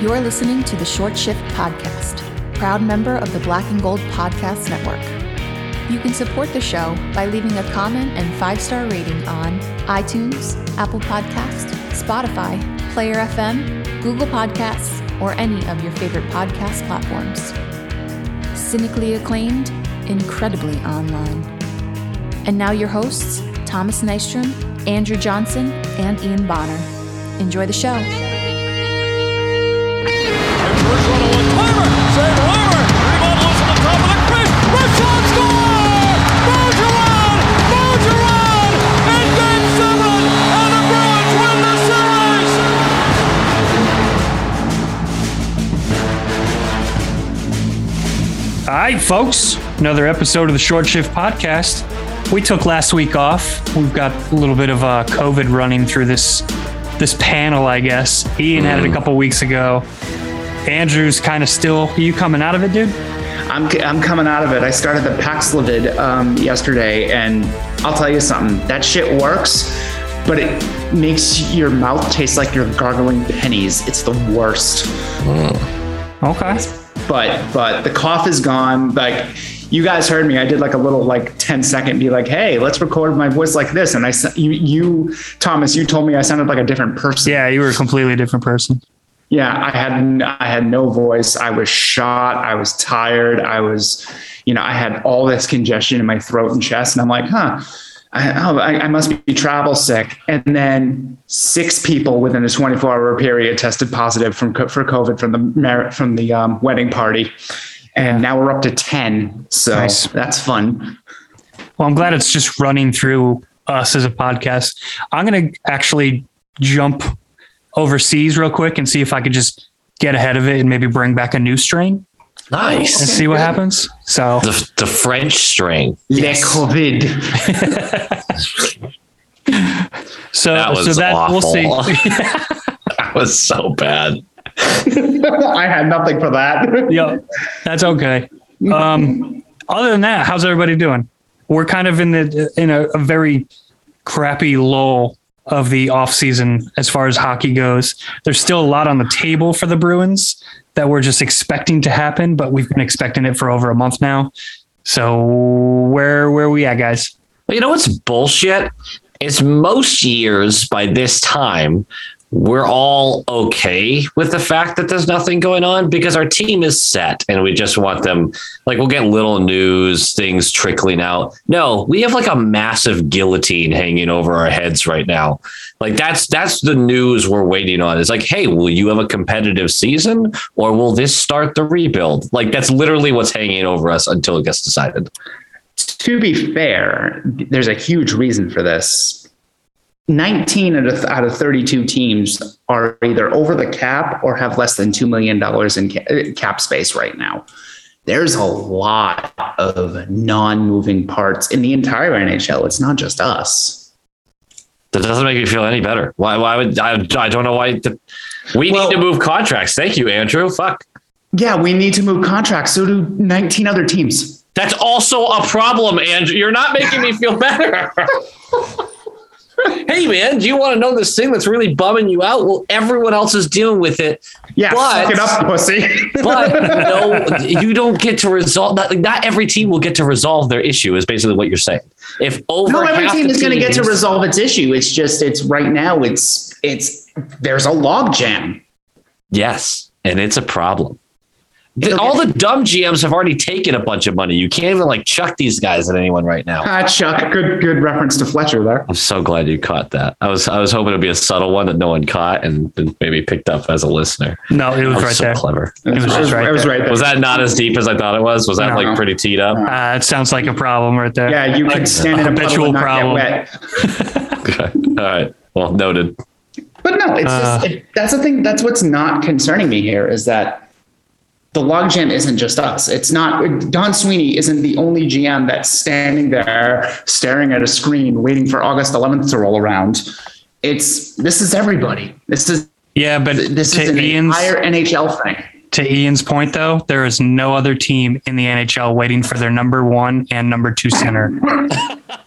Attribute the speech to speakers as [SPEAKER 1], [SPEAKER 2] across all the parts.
[SPEAKER 1] You're listening to the Short Shift Podcast, proud member of the Black and Gold Podcast Network. You can support the show by leaving a comment and five star rating on iTunes, Apple Podcasts, Spotify, Player FM, Google Podcasts, or any of your favorite podcast platforms. Cynically acclaimed, incredibly online. And now your hosts, Thomas Nystrom, Andrew Johnson, and Ian Bonner. Enjoy the show.
[SPEAKER 2] Bergeron to Latimer. Save Weimer. Rebound loose at the top of the crease. Richon score! Bergeron! Bergeron! In game seven! And the Bruins win the series!
[SPEAKER 3] All right, folks, another episode of the Short Shift Podcast. We took last week off. We've got a little bit of uh, COVID running through this this panel, I guess. Ian had it a couple weeks ago. Andrew's kind of still. You coming out of it, dude?
[SPEAKER 4] I'm, I'm coming out of it. I started the Paxlovid um, yesterday, and I'll tell you something. That shit works, but it makes your mouth taste like you're gargling pennies. It's the worst.
[SPEAKER 3] Okay.
[SPEAKER 4] But but the cough is gone. Like you guys heard me. I did like a little like 10 second be like, hey, let's record my voice like this. And I s- you you Thomas, you told me I sounded like a different person.
[SPEAKER 3] Yeah, you were a completely different person.
[SPEAKER 4] Yeah, I had n- I had no voice. I was shot. I was tired. I was, you know, I had all this congestion in my throat and chest, and I'm like, huh, I, oh, I, I must be travel sick. And then six people within a 24 hour period tested positive from co- for COVID from the mar- from the um, wedding party, and now we're up to 10. So
[SPEAKER 3] Nice.
[SPEAKER 4] that's fun.
[SPEAKER 3] Well, I'm glad it's just running through us as a podcast. I'm going to actually jump overseas real quick and see if I could just get ahead of it and maybe bring back a new strain
[SPEAKER 5] Nice.
[SPEAKER 3] and see what happens. So
[SPEAKER 5] The, the French string.
[SPEAKER 4] Le COVID.
[SPEAKER 3] So
[SPEAKER 5] That was
[SPEAKER 3] so that
[SPEAKER 5] awful.
[SPEAKER 3] we'll see.
[SPEAKER 5] That was so bad.
[SPEAKER 4] I had nothing for that.
[SPEAKER 3] yep, that's okay. Um, other than that, how's everybody doing? We're kind of in the in a, a very crappy lull of the off season as far as hockey goes. There's still a lot on the table for the Bruins that we're just expecting to happen, but we've been expecting it for over a month now. So where where we at, guys?
[SPEAKER 5] But you know what's bullshit? Is most years by this time, we're all okay with the fact that there's nothing going on because our team is set and we just want them, like, we'll get little news, things trickling out. No, we have like a massive guillotine hanging over our heads right now. Like, that's that's the news we're waiting on is like, hey, will you have a competitive season or will this start the rebuild? Like, that's literally what's hanging over us until it gets decided.
[SPEAKER 4] to be fair, there's a huge reason for this. 19 out of, out of 32 teams are either over the cap or have less than $2 million in ca- uh, cap space right now. There's a lot of non moving parts in the entire NHL. It's not just us.
[SPEAKER 5] That doesn't make me feel any better. Why? Why would I? I don't know why. The, we
[SPEAKER 4] Well-
[SPEAKER 5] need to move contracts. Thank you, Andrew. Fuck.
[SPEAKER 4] Yeah, we need to move contracts. So do 19 other teams.
[SPEAKER 5] That's also a problem, Andrew. You're not making me feel better. hey, man, do you want to know this thing that's really bumming you out? Well, everyone else is dealing with it.
[SPEAKER 4] Yeah,
[SPEAKER 5] But-
[SPEAKER 4] suck it up, pussy.
[SPEAKER 5] But no, you don't get to resolve. Not, like, not every team will get to resolve their issue. Is basically what you're saying. If over
[SPEAKER 4] no every
[SPEAKER 5] half
[SPEAKER 4] team
[SPEAKER 5] the
[SPEAKER 4] is going to get to
[SPEAKER 5] teams-
[SPEAKER 4] resolve its issue it's just it's right now it's it's there's a log jam
[SPEAKER 5] Yes, and it's a problem. The-
[SPEAKER 4] It'll
[SPEAKER 5] all
[SPEAKER 4] get-
[SPEAKER 5] the dumb GMs have already taken a bunch of money. You can't even like chuck these guys at anyone right now.
[SPEAKER 4] ah chuck good good reference to fletcher there
[SPEAKER 5] I'm so glad you caught that. I was I was hoping it'd be a subtle one that no one caught and, and maybe picked up as a listener.
[SPEAKER 3] No, it
[SPEAKER 5] That
[SPEAKER 3] was
[SPEAKER 5] was
[SPEAKER 3] right
[SPEAKER 5] so
[SPEAKER 3] there.
[SPEAKER 5] clever.
[SPEAKER 3] It was just right.
[SPEAKER 4] I was right there.
[SPEAKER 5] Was that not as deep as I thought it was? Was that
[SPEAKER 3] No.
[SPEAKER 5] like pretty teed up?
[SPEAKER 3] there. Uh, it sounds like a problem right there.
[SPEAKER 4] yeah you could stand in a
[SPEAKER 3] Habitual
[SPEAKER 4] puddle and not
[SPEAKER 3] problem.
[SPEAKER 4] get wet
[SPEAKER 5] Okay. All right. Well, noted.
[SPEAKER 4] but no it's
[SPEAKER 3] Uh.
[SPEAKER 4] just it, that's the thing that's what's not concerning me here is that the log jam isn't just us it's not don sweeney isn't the only gm that's standing there staring at a screen waiting for august 11th to roll around it's this is everybody this is
[SPEAKER 3] yeah but
[SPEAKER 4] this
[SPEAKER 3] to
[SPEAKER 4] is an
[SPEAKER 3] Ian's-
[SPEAKER 4] entire NHL thing.
[SPEAKER 3] To Ian's point, though, there is no other team in the NHL waiting for their number one and number two center.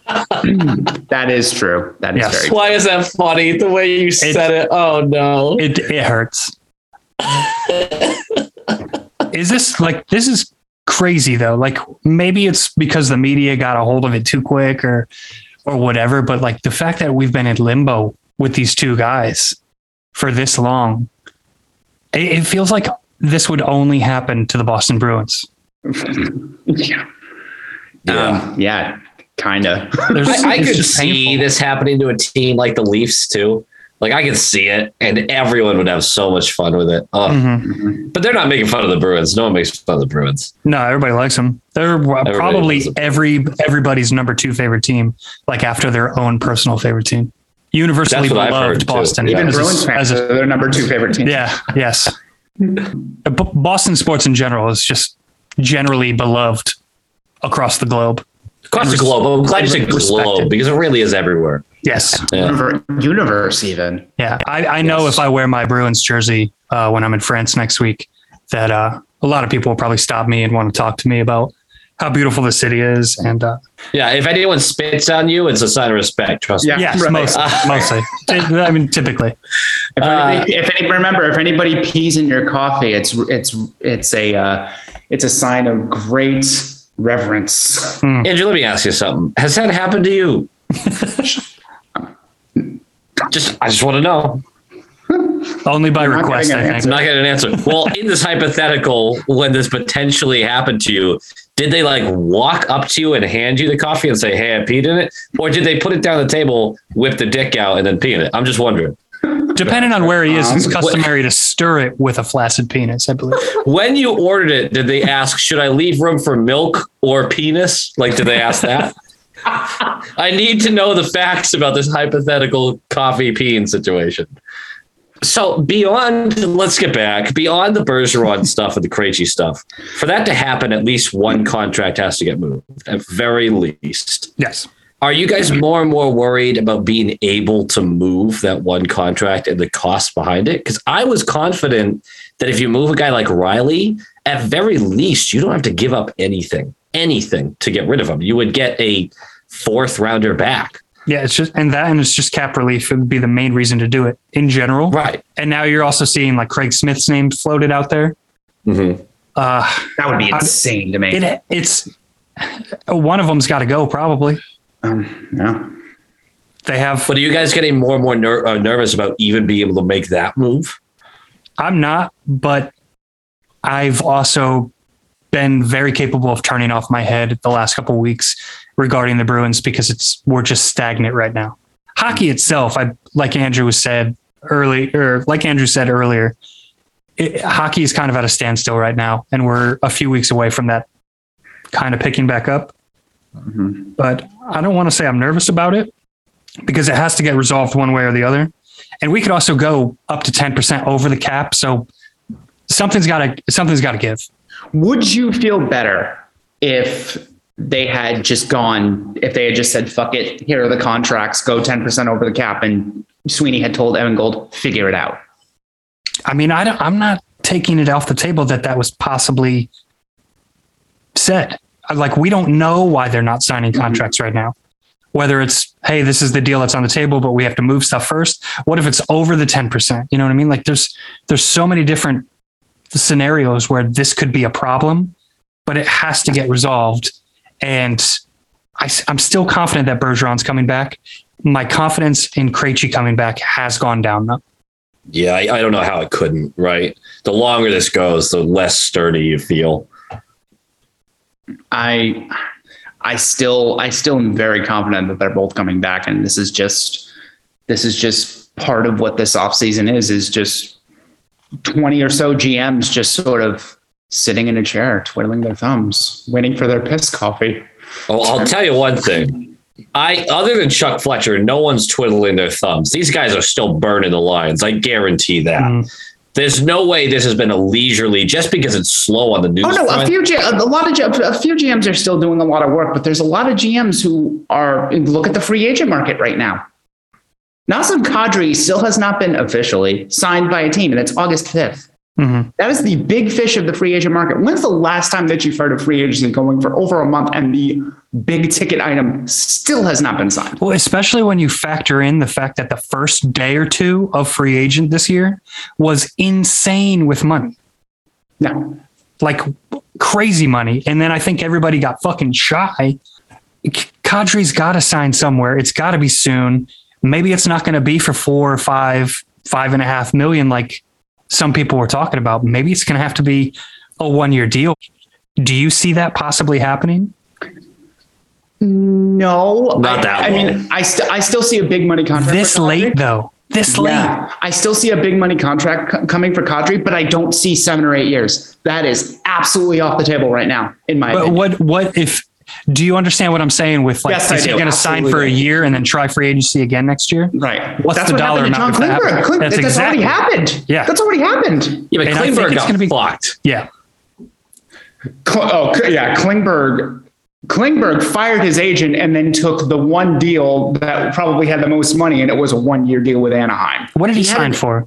[SPEAKER 4] That is true. That is
[SPEAKER 3] Yes.
[SPEAKER 4] very
[SPEAKER 5] Why is that funny? The way you
[SPEAKER 3] said
[SPEAKER 5] it. Oh no.
[SPEAKER 3] It it hurts. Is this like this is crazy though? Like maybe it's because the media got a hold of it too quick or or whatever, but like the fact that we've been in limbo with these two guys for this long, it, it feels like this would only happen to the Boston Bruins.
[SPEAKER 4] yeah. Um, yeah, kind of.
[SPEAKER 3] There's,
[SPEAKER 5] I, I
[SPEAKER 3] it's
[SPEAKER 5] could
[SPEAKER 3] just
[SPEAKER 5] see
[SPEAKER 3] painful.
[SPEAKER 5] this happening to a team like the Leafs too. Like I could see it, and everyone would have so much fun with it. Oh,
[SPEAKER 4] Mm-hmm.
[SPEAKER 3] Mhm.
[SPEAKER 5] But they're not making fun of the Bruins. No one makes fun of the Bruins.
[SPEAKER 3] No, everybody likes them. They're
[SPEAKER 5] Everybody
[SPEAKER 3] probably
[SPEAKER 5] loves them.
[SPEAKER 3] every everybody's number two favorite team, like after their own personal favorite team. Universally
[SPEAKER 5] That's what I've heard,
[SPEAKER 3] beloved
[SPEAKER 5] too.
[SPEAKER 3] Boston.
[SPEAKER 5] Yeah.
[SPEAKER 4] Even
[SPEAKER 3] as a-
[SPEAKER 4] Bruins
[SPEAKER 3] as
[SPEAKER 4] fans,
[SPEAKER 3] a
[SPEAKER 4] are their number two favorite team.
[SPEAKER 3] Yeah. Yes. B- Boston sports in general is just generally beloved across the globe.
[SPEAKER 5] Across the
[SPEAKER 3] Res-
[SPEAKER 5] globe. I'm glad you said
[SPEAKER 3] and respected.
[SPEAKER 5] globe because it really is everywhere.
[SPEAKER 3] Yes.
[SPEAKER 5] Yeah.
[SPEAKER 4] Univer- Universe, even.
[SPEAKER 3] Yeah. I, I know
[SPEAKER 5] Yes.
[SPEAKER 3] if I wear my Bruins jersey uh, when I'm in France next week, that uh, a lot of people will probably stop me and want to talk to me about how beautiful the city is. And uh,
[SPEAKER 5] Yeah. If anyone spits on you, it's a sign of respect. Trust
[SPEAKER 4] Yeah.
[SPEAKER 5] me.
[SPEAKER 3] yes,
[SPEAKER 4] right. Uh,
[SPEAKER 3] mostly. mostly. Ty- I mean, typically.
[SPEAKER 4] If,
[SPEAKER 5] Uh,
[SPEAKER 4] anybody, if any, remember, if anybody pees in your coffee, it's it's it's a uh, it's a sign of great reverence.
[SPEAKER 5] Andrew, let me ask you something. Has that happened to you? just, I just want to know.
[SPEAKER 3] Only by
[SPEAKER 4] not
[SPEAKER 3] request,
[SPEAKER 4] getting an
[SPEAKER 3] I
[SPEAKER 5] I'm
[SPEAKER 3] think.
[SPEAKER 5] not getting an answer. Well, in this hypothetical, when this potentially happened to you, did they like walk up to you and hand you the coffee and say, "Hey, I peed in it," or did they put it down the table, whip the dick out, and then pee in it? I'm just wondering.
[SPEAKER 3] Depending on where he is, it's
[SPEAKER 4] Um,
[SPEAKER 5] what-
[SPEAKER 3] customary to stir it with a flaccid penis, I believe.
[SPEAKER 5] When you ordered it, did they ask, "Should I leave room for milk or penis?" Like, did they ask that? I need to know the facts about this hypothetical coffee peeing situation. So beyond, let's get back beyond the Bergeron stuff and the Krejci stuff. For that to happen, at least one contract has to get moved, at very least.
[SPEAKER 3] Yes.
[SPEAKER 5] Are you guys more and more worried about being able to move that one contract and the cost behind it? Because I was confident that if you move a guy like Riley, at very least, you don't have to give up anything, anything to get rid of him. You would get a fourth rounder back.
[SPEAKER 3] Yeah, it's just and that and it's just cap relief would be the main reason to do it in general.
[SPEAKER 5] Right.
[SPEAKER 3] And now you're also seeing like Craig Smith's name floated out there.
[SPEAKER 5] Mm-hmm.
[SPEAKER 3] Uh,
[SPEAKER 4] That would be insane to me.
[SPEAKER 3] it, it's one of them's got to go probably.
[SPEAKER 4] um, yeah.
[SPEAKER 3] They have.
[SPEAKER 5] But are you guys getting more and more ner- uh, nervous about even being able to make that move?
[SPEAKER 3] I'm not, but I've also been very capable of turning off my head the last couple weeks regarding the Bruins because it's we're just stagnant right now. Hockey itself, I like Andrew was said early, or like Andrew said earlier, it, hockey is kind of at a standstill right now, and we're a few weeks away from that kind of picking back up. But I don't want to say I'm nervous about it because it has to get resolved one way or the other and we could also go up to 10% over the cap so something's got to something's got to give
[SPEAKER 4] Would you feel better if they had just gone, if they had just said, fuck it, here are the contracts, go 10% over the cap, and Sweeney had told Evan Gold, figure it out?
[SPEAKER 3] i mean i don't i'm not taking it off the table that that was possibly said I- like we don't know why they're not signing contracts right now whether it's hey this is the deal that's on the table but we have to move stuff first what if it's over the 10% you know what i mean like there's there's so many different scenarios where this could be a problem but it has to get resolved and I, am still confident that Bergeron's coming back. My confidence in Krejci coming back has gone down. though.
[SPEAKER 5] Yeah, I, I don't know how it couldn't, right? The longer this goes, the less sturdy you feel.
[SPEAKER 4] I I still I still am very confident that they're both coming back and this is just this is just part of what this offseason is is just 20 or so GMs just sort of sitting in a chair twiddling their thumbs waiting for their piss coffee.
[SPEAKER 5] Well, I'll tell you one thing. I other than Chuck Fletcher, no one's twiddling their thumbs. These guys are still burning the lines. I guarantee that.
[SPEAKER 3] Mhm.
[SPEAKER 5] There's no way this has been a leisurely just because it's slow on the news.
[SPEAKER 4] Oh no, a
[SPEAKER 5] front.
[SPEAKER 4] few G- a lot of G- a few GMs are still doing a lot of work, but there's a lot of GMs who are look at the free agent market right now. Nazem Kadri still has not been officially signed by a team, and it's August 5th.
[SPEAKER 3] Mhm.
[SPEAKER 4] That is the big fish of the free agent market. When's the last time that you've heard of free agency going for over a month and the big ticket item still has not been signed?
[SPEAKER 3] Well, especially when you factor in the fact that the first day or two of free agent this year was insane with money.
[SPEAKER 4] No.
[SPEAKER 3] like crazy money. And then I think everybody got fucking shy. Kadri's got to sign somewhere. It's got to be soon. Maybe it's not going to be for four or five, five and a half million, like some people were talking about. Maybe it's going to have to be a one year deal. Do you see that possibly happening?
[SPEAKER 4] No.
[SPEAKER 5] Not
[SPEAKER 4] I,
[SPEAKER 5] that
[SPEAKER 4] I mean, I, st- I still see a big money contract.
[SPEAKER 3] This
[SPEAKER 4] for Kadri.
[SPEAKER 3] late, though. This late.
[SPEAKER 4] Yeah, I still see a big money contract c- coming for Kadri, but I don't see seven or eight years. That is absolutely off the table right now, in my
[SPEAKER 3] But
[SPEAKER 4] opinion.
[SPEAKER 3] what, what if, do you understand what I'm saying with like,
[SPEAKER 4] Yes, I
[SPEAKER 3] is he
[SPEAKER 4] do.
[SPEAKER 3] going to sign for a
[SPEAKER 4] Absolutely.
[SPEAKER 3] year and then try free agency again next year?
[SPEAKER 4] right.
[SPEAKER 3] What's the dollar
[SPEAKER 4] happened
[SPEAKER 3] amount
[SPEAKER 4] to John
[SPEAKER 3] if that
[SPEAKER 4] Klingberg.
[SPEAKER 3] happens?
[SPEAKER 4] Kling-
[SPEAKER 3] That's
[SPEAKER 4] That's, already
[SPEAKER 3] exactly-
[SPEAKER 4] happened.
[SPEAKER 3] Yeah.
[SPEAKER 4] That's already happened.
[SPEAKER 5] Yeah, but
[SPEAKER 3] And I think
[SPEAKER 5] Klingberg
[SPEAKER 3] it's
[SPEAKER 5] got
[SPEAKER 3] gonna be-
[SPEAKER 5] blocked.
[SPEAKER 3] Yeah.
[SPEAKER 4] Cl- oh, K- yeah. Klingberg. Klingberg fired his agent and then took the one deal that probably had the most money, and it was a one-year deal with Anaheim.
[SPEAKER 3] What did he,
[SPEAKER 5] He had
[SPEAKER 3] sign
[SPEAKER 5] an-
[SPEAKER 3] for?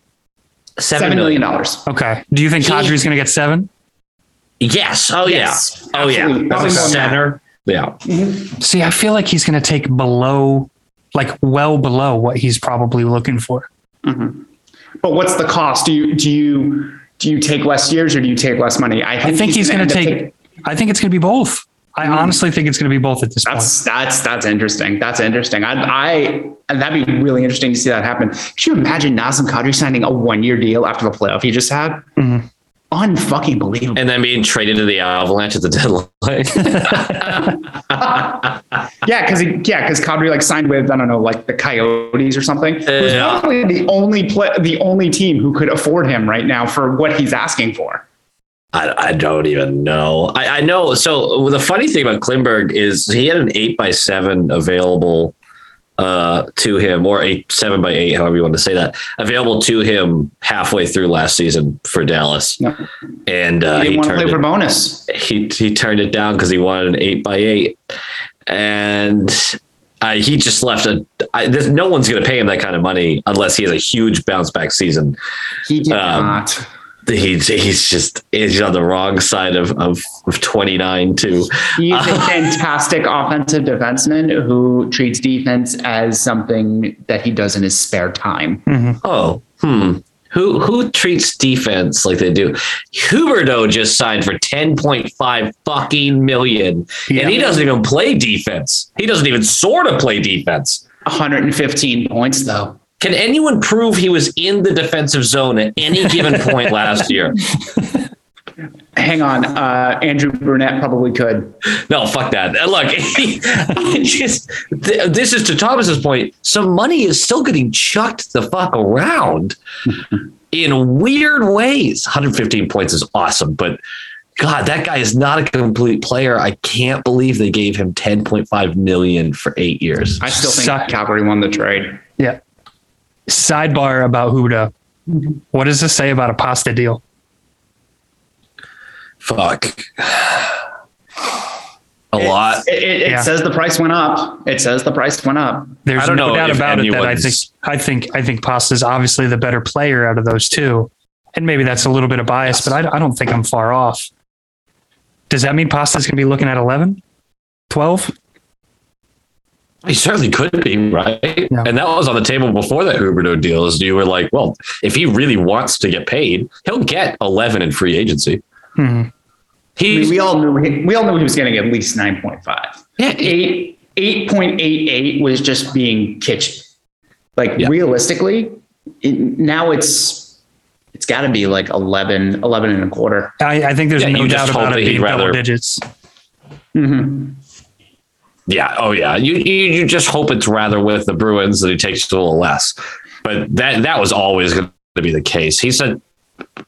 [SPEAKER 4] Seven million dollars.
[SPEAKER 3] Okay. Do you think
[SPEAKER 5] He-
[SPEAKER 3] Kadri's going to get seven?
[SPEAKER 5] Yes. Oh
[SPEAKER 4] Yes.
[SPEAKER 5] yeah. Oh
[SPEAKER 4] Absolutely.
[SPEAKER 5] yeah.
[SPEAKER 4] Probably
[SPEAKER 5] As a
[SPEAKER 4] more than that.
[SPEAKER 5] center. Yeah.
[SPEAKER 3] See, I feel like he's going to take below, like well below what he's probably looking for.
[SPEAKER 4] But what's the cost? Do you do you do you take less years or do you take less money?
[SPEAKER 3] I think he's going
[SPEAKER 4] gonna
[SPEAKER 3] to
[SPEAKER 4] end
[SPEAKER 3] take.
[SPEAKER 4] up taking-
[SPEAKER 3] I think it's going to be both. I honestly think it's going to be both at this point.
[SPEAKER 4] That's that's that's interesting. That's interesting. I I that'd be really interesting to see that happen. Could you imagine Nazem Kadri signing a one year deal after the playoff he just had? Unfucking believable.
[SPEAKER 5] And then being traded to the Avalanche at the deadline.
[SPEAKER 4] Yeah, because yeah, because Kadri like signed with I don't know like the Coyotes or something. Who's
[SPEAKER 5] Yeah.
[SPEAKER 4] probably the only play, the only team who could afford him right now for what he's asking for.
[SPEAKER 5] I, I don't even know. I, I know. So the funny thing about Klimberg is he had an eight by seven available uh, to him, or eight seven by eight, however you want to say that, available to him halfway through last season for Dallas,
[SPEAKER 4] No,
[SPEAKER 5] and
[SPEAKER 4] he
[SPEAKER 5] uh,
[SPEAKER 4] didn't
[SPEAKER 5] he
[SPEAKER 4] want to
[SPEAKER 5] turned
[SPEAKER 4] play
[SPEAKER 5] it
[SPEAKER 4] for bonus.
[SPEAKER 5] he he turned it down because he wanted an eight by eight, and uh, he just left a. I, there's, no one's going to pay him that kind of money unless he has a huge bounce back season.
[SPEAKER 4] He did
[SPEAKER 5] Um,
[SPEAKER 4] not.
[SPEAKER 5] He's he's just he's on the wrong side of of, of 29 too.
[SPEAKER 4] He's a fantastic offensive defenseman who treats defense as something that he does in his spare time.
[SPEAKER 5] Oh, hmm. Who who treats defense like they do? Huberto just signed for 10.5 fucking million, and he doesn't even play defense. He doesn't even sort of play defense.
[SPEAKER 4] 115 points, though.
[SPEAKER 5] Can anyone prove he was in the defensive zone at any given point last year?
[SPEAKER 4] Hang on, uh, Andrew Burnett probably could.
[SPEAKER 5] No, fuck that. Uh, Look, I just th- this is to Thomas's point. Some money is still getting chucked the fuck around in weird ways. 115 points is awesome, but God, that guy is not a complete player. I can't believe they gave him 10.5 million for eight years.
[SPEAKER 4] I still think
[SPEAKER 3] Suck.
[SPEAKER 4] Calgary won the trade.
[SPEAKER 3] Yeah. Sidebar about Huda. What does this say about a pasta deal?
[SPEAKER 5] Fuck. A lot.
[SPEAKER 4] It, it, it
[SPEAKER 3] Yeah.
[SPEAKER 4] says the price went up. It says the price went up.
[SPEAKER 3] There's
[SPEAKER 5] I don't
[SPEAKER 3] no
[SPEAKER 5] know
[SPEAKER 3] doubt
[SPEAKER 5] if
[SPEAKER 3] about it that I think
[SPEAKER 5] anyone's-
[SPEAKER 3] I think I think Pasta's obviously the better player out of those two, and maybe that's a little bit of bias, but I, I don't think I'm far off. Does that mean Pasta's going to be looking at 11, 12?
[SPEAKER 5] He certainly could be, right?
[SPEAKER 3] Yeah.
[SPEAKER 5] And that was on the table before that Huberto deal. Is you were like, well, if he really wants to get paid, he'll get 11 in free agency.
[SPEAKER 3] Mhm.
[SPEAKER 4] I mean,
[SPEAKER 5] He,
[SPEAKER 4] we all knew he, we all knew he was getting at least 9.5. Eight eight point eight eight was just being kitschy. Like
[SPEAKER 5] Yeah.
[SPEAKER 4] realistically, it, now it's it's got to be like 11, 11 and a quarter.
[SPEAKER 3] I, I think there's
[SPEAKER 5] Yeah,
[SPEAKER 3] no
[SPEAKER 5] you
[SPEAKER 3] doubt
[SPEAKER 5] just hope
[SPEAKER 3] about
[SPEAKER 5] that
[SPEAKER 3] it
[SPEAKER 5] he'd
[SPEAKER 3] being double
[SPEAKER 5] rather-
[SPEAKER 3] digits.
[SPEAKER 5] Mm-hmm. yeah, oh yeah. You, you you just hope it's rather with the Bruins that he takes a little less, but that that was always going to be the case. He's a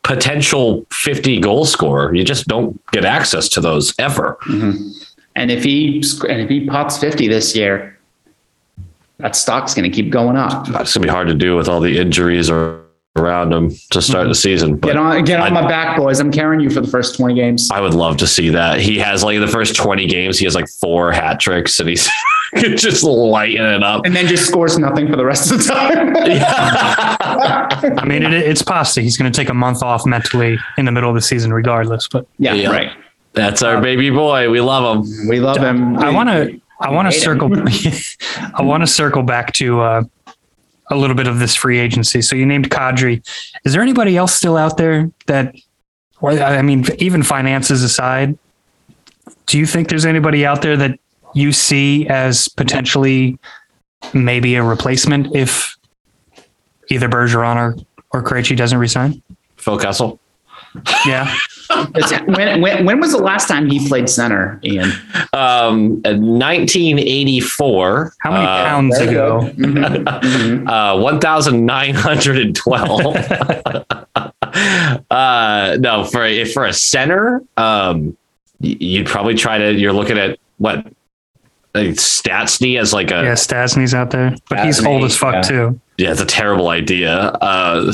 [SPEAKER 5] potential 50 goal scorer. You just don't get access to those ever.
[SPEAKER 4] And if he sc- and if he pops fifty this year, that stock's going to keep going up.
[SPEAKER 5] It's gonna be hard to do with all the injuries or around him to
[SPEAKER 4] Mm-hmm.
[SPEAKER 5] start the season. But
[SPEAKER 4] Get on, get on
[SPEAKER 5] I-
[SPEAKER 4] my back, boys. I'm carrying you for the first twenty games.
[SPEAKER 5] I would love to see that. He has like the first 20 games, he has like four hat tricks and he's just lighting it up.
[SPEAKER 4] And then just scores nothing for the rest of the time.
[SPEAKER 3] I mean, it, it's pasta. He's going to take a month off mentally in the middle of the season, regardless. But
[SPEAKER 4] yeah,
[SPEAKER 5] Yeah.
[SPEAKER 4] right.
[SPEAKER 5] That's our baby boy. We love him.
[SPEAKER 4] We love him.
[SPEAKER 3] I want to, I want to
[SPEAKER 4] Hate him.
[SPEAKER 3] circle, I want to circle back to uh, a little bit of this free agency. So you named Kadri. Is there anybody else still out there that Well, I mean, even finances aside, do you think there's anybody out there that you see as potentially maybe a replacement if either Bergeron or or Krejci doesn't resign?
[SPEAKER 5] Phil Kessel.
[SPEAKER 3] Yeah,
[SPEAKER 4] when, when, when was the last time he played center, Ian?
[SPEAKER 5] Um, 1984.
[SPEAKER 3] how many
[SPEAKER 5] uh,
[SPEAKER 3] pounds ago?
[SPEAKER 4] Mhm.
[SPEAKER 5] uh, 1912 uh, no for a, for a center um, y- you'd probably try to you're looking at what like Statsny as like a
[SPEAKER 3] Yeah, Stasny's out there, but he's
[SPEAKER 5] Stasny,
[SPEAKER 3] old as fuck
[SPEAKER 5] yeah.
[SPEAKER 3] too.
[SPEAKER 5] yeah it's a terrible idea uh,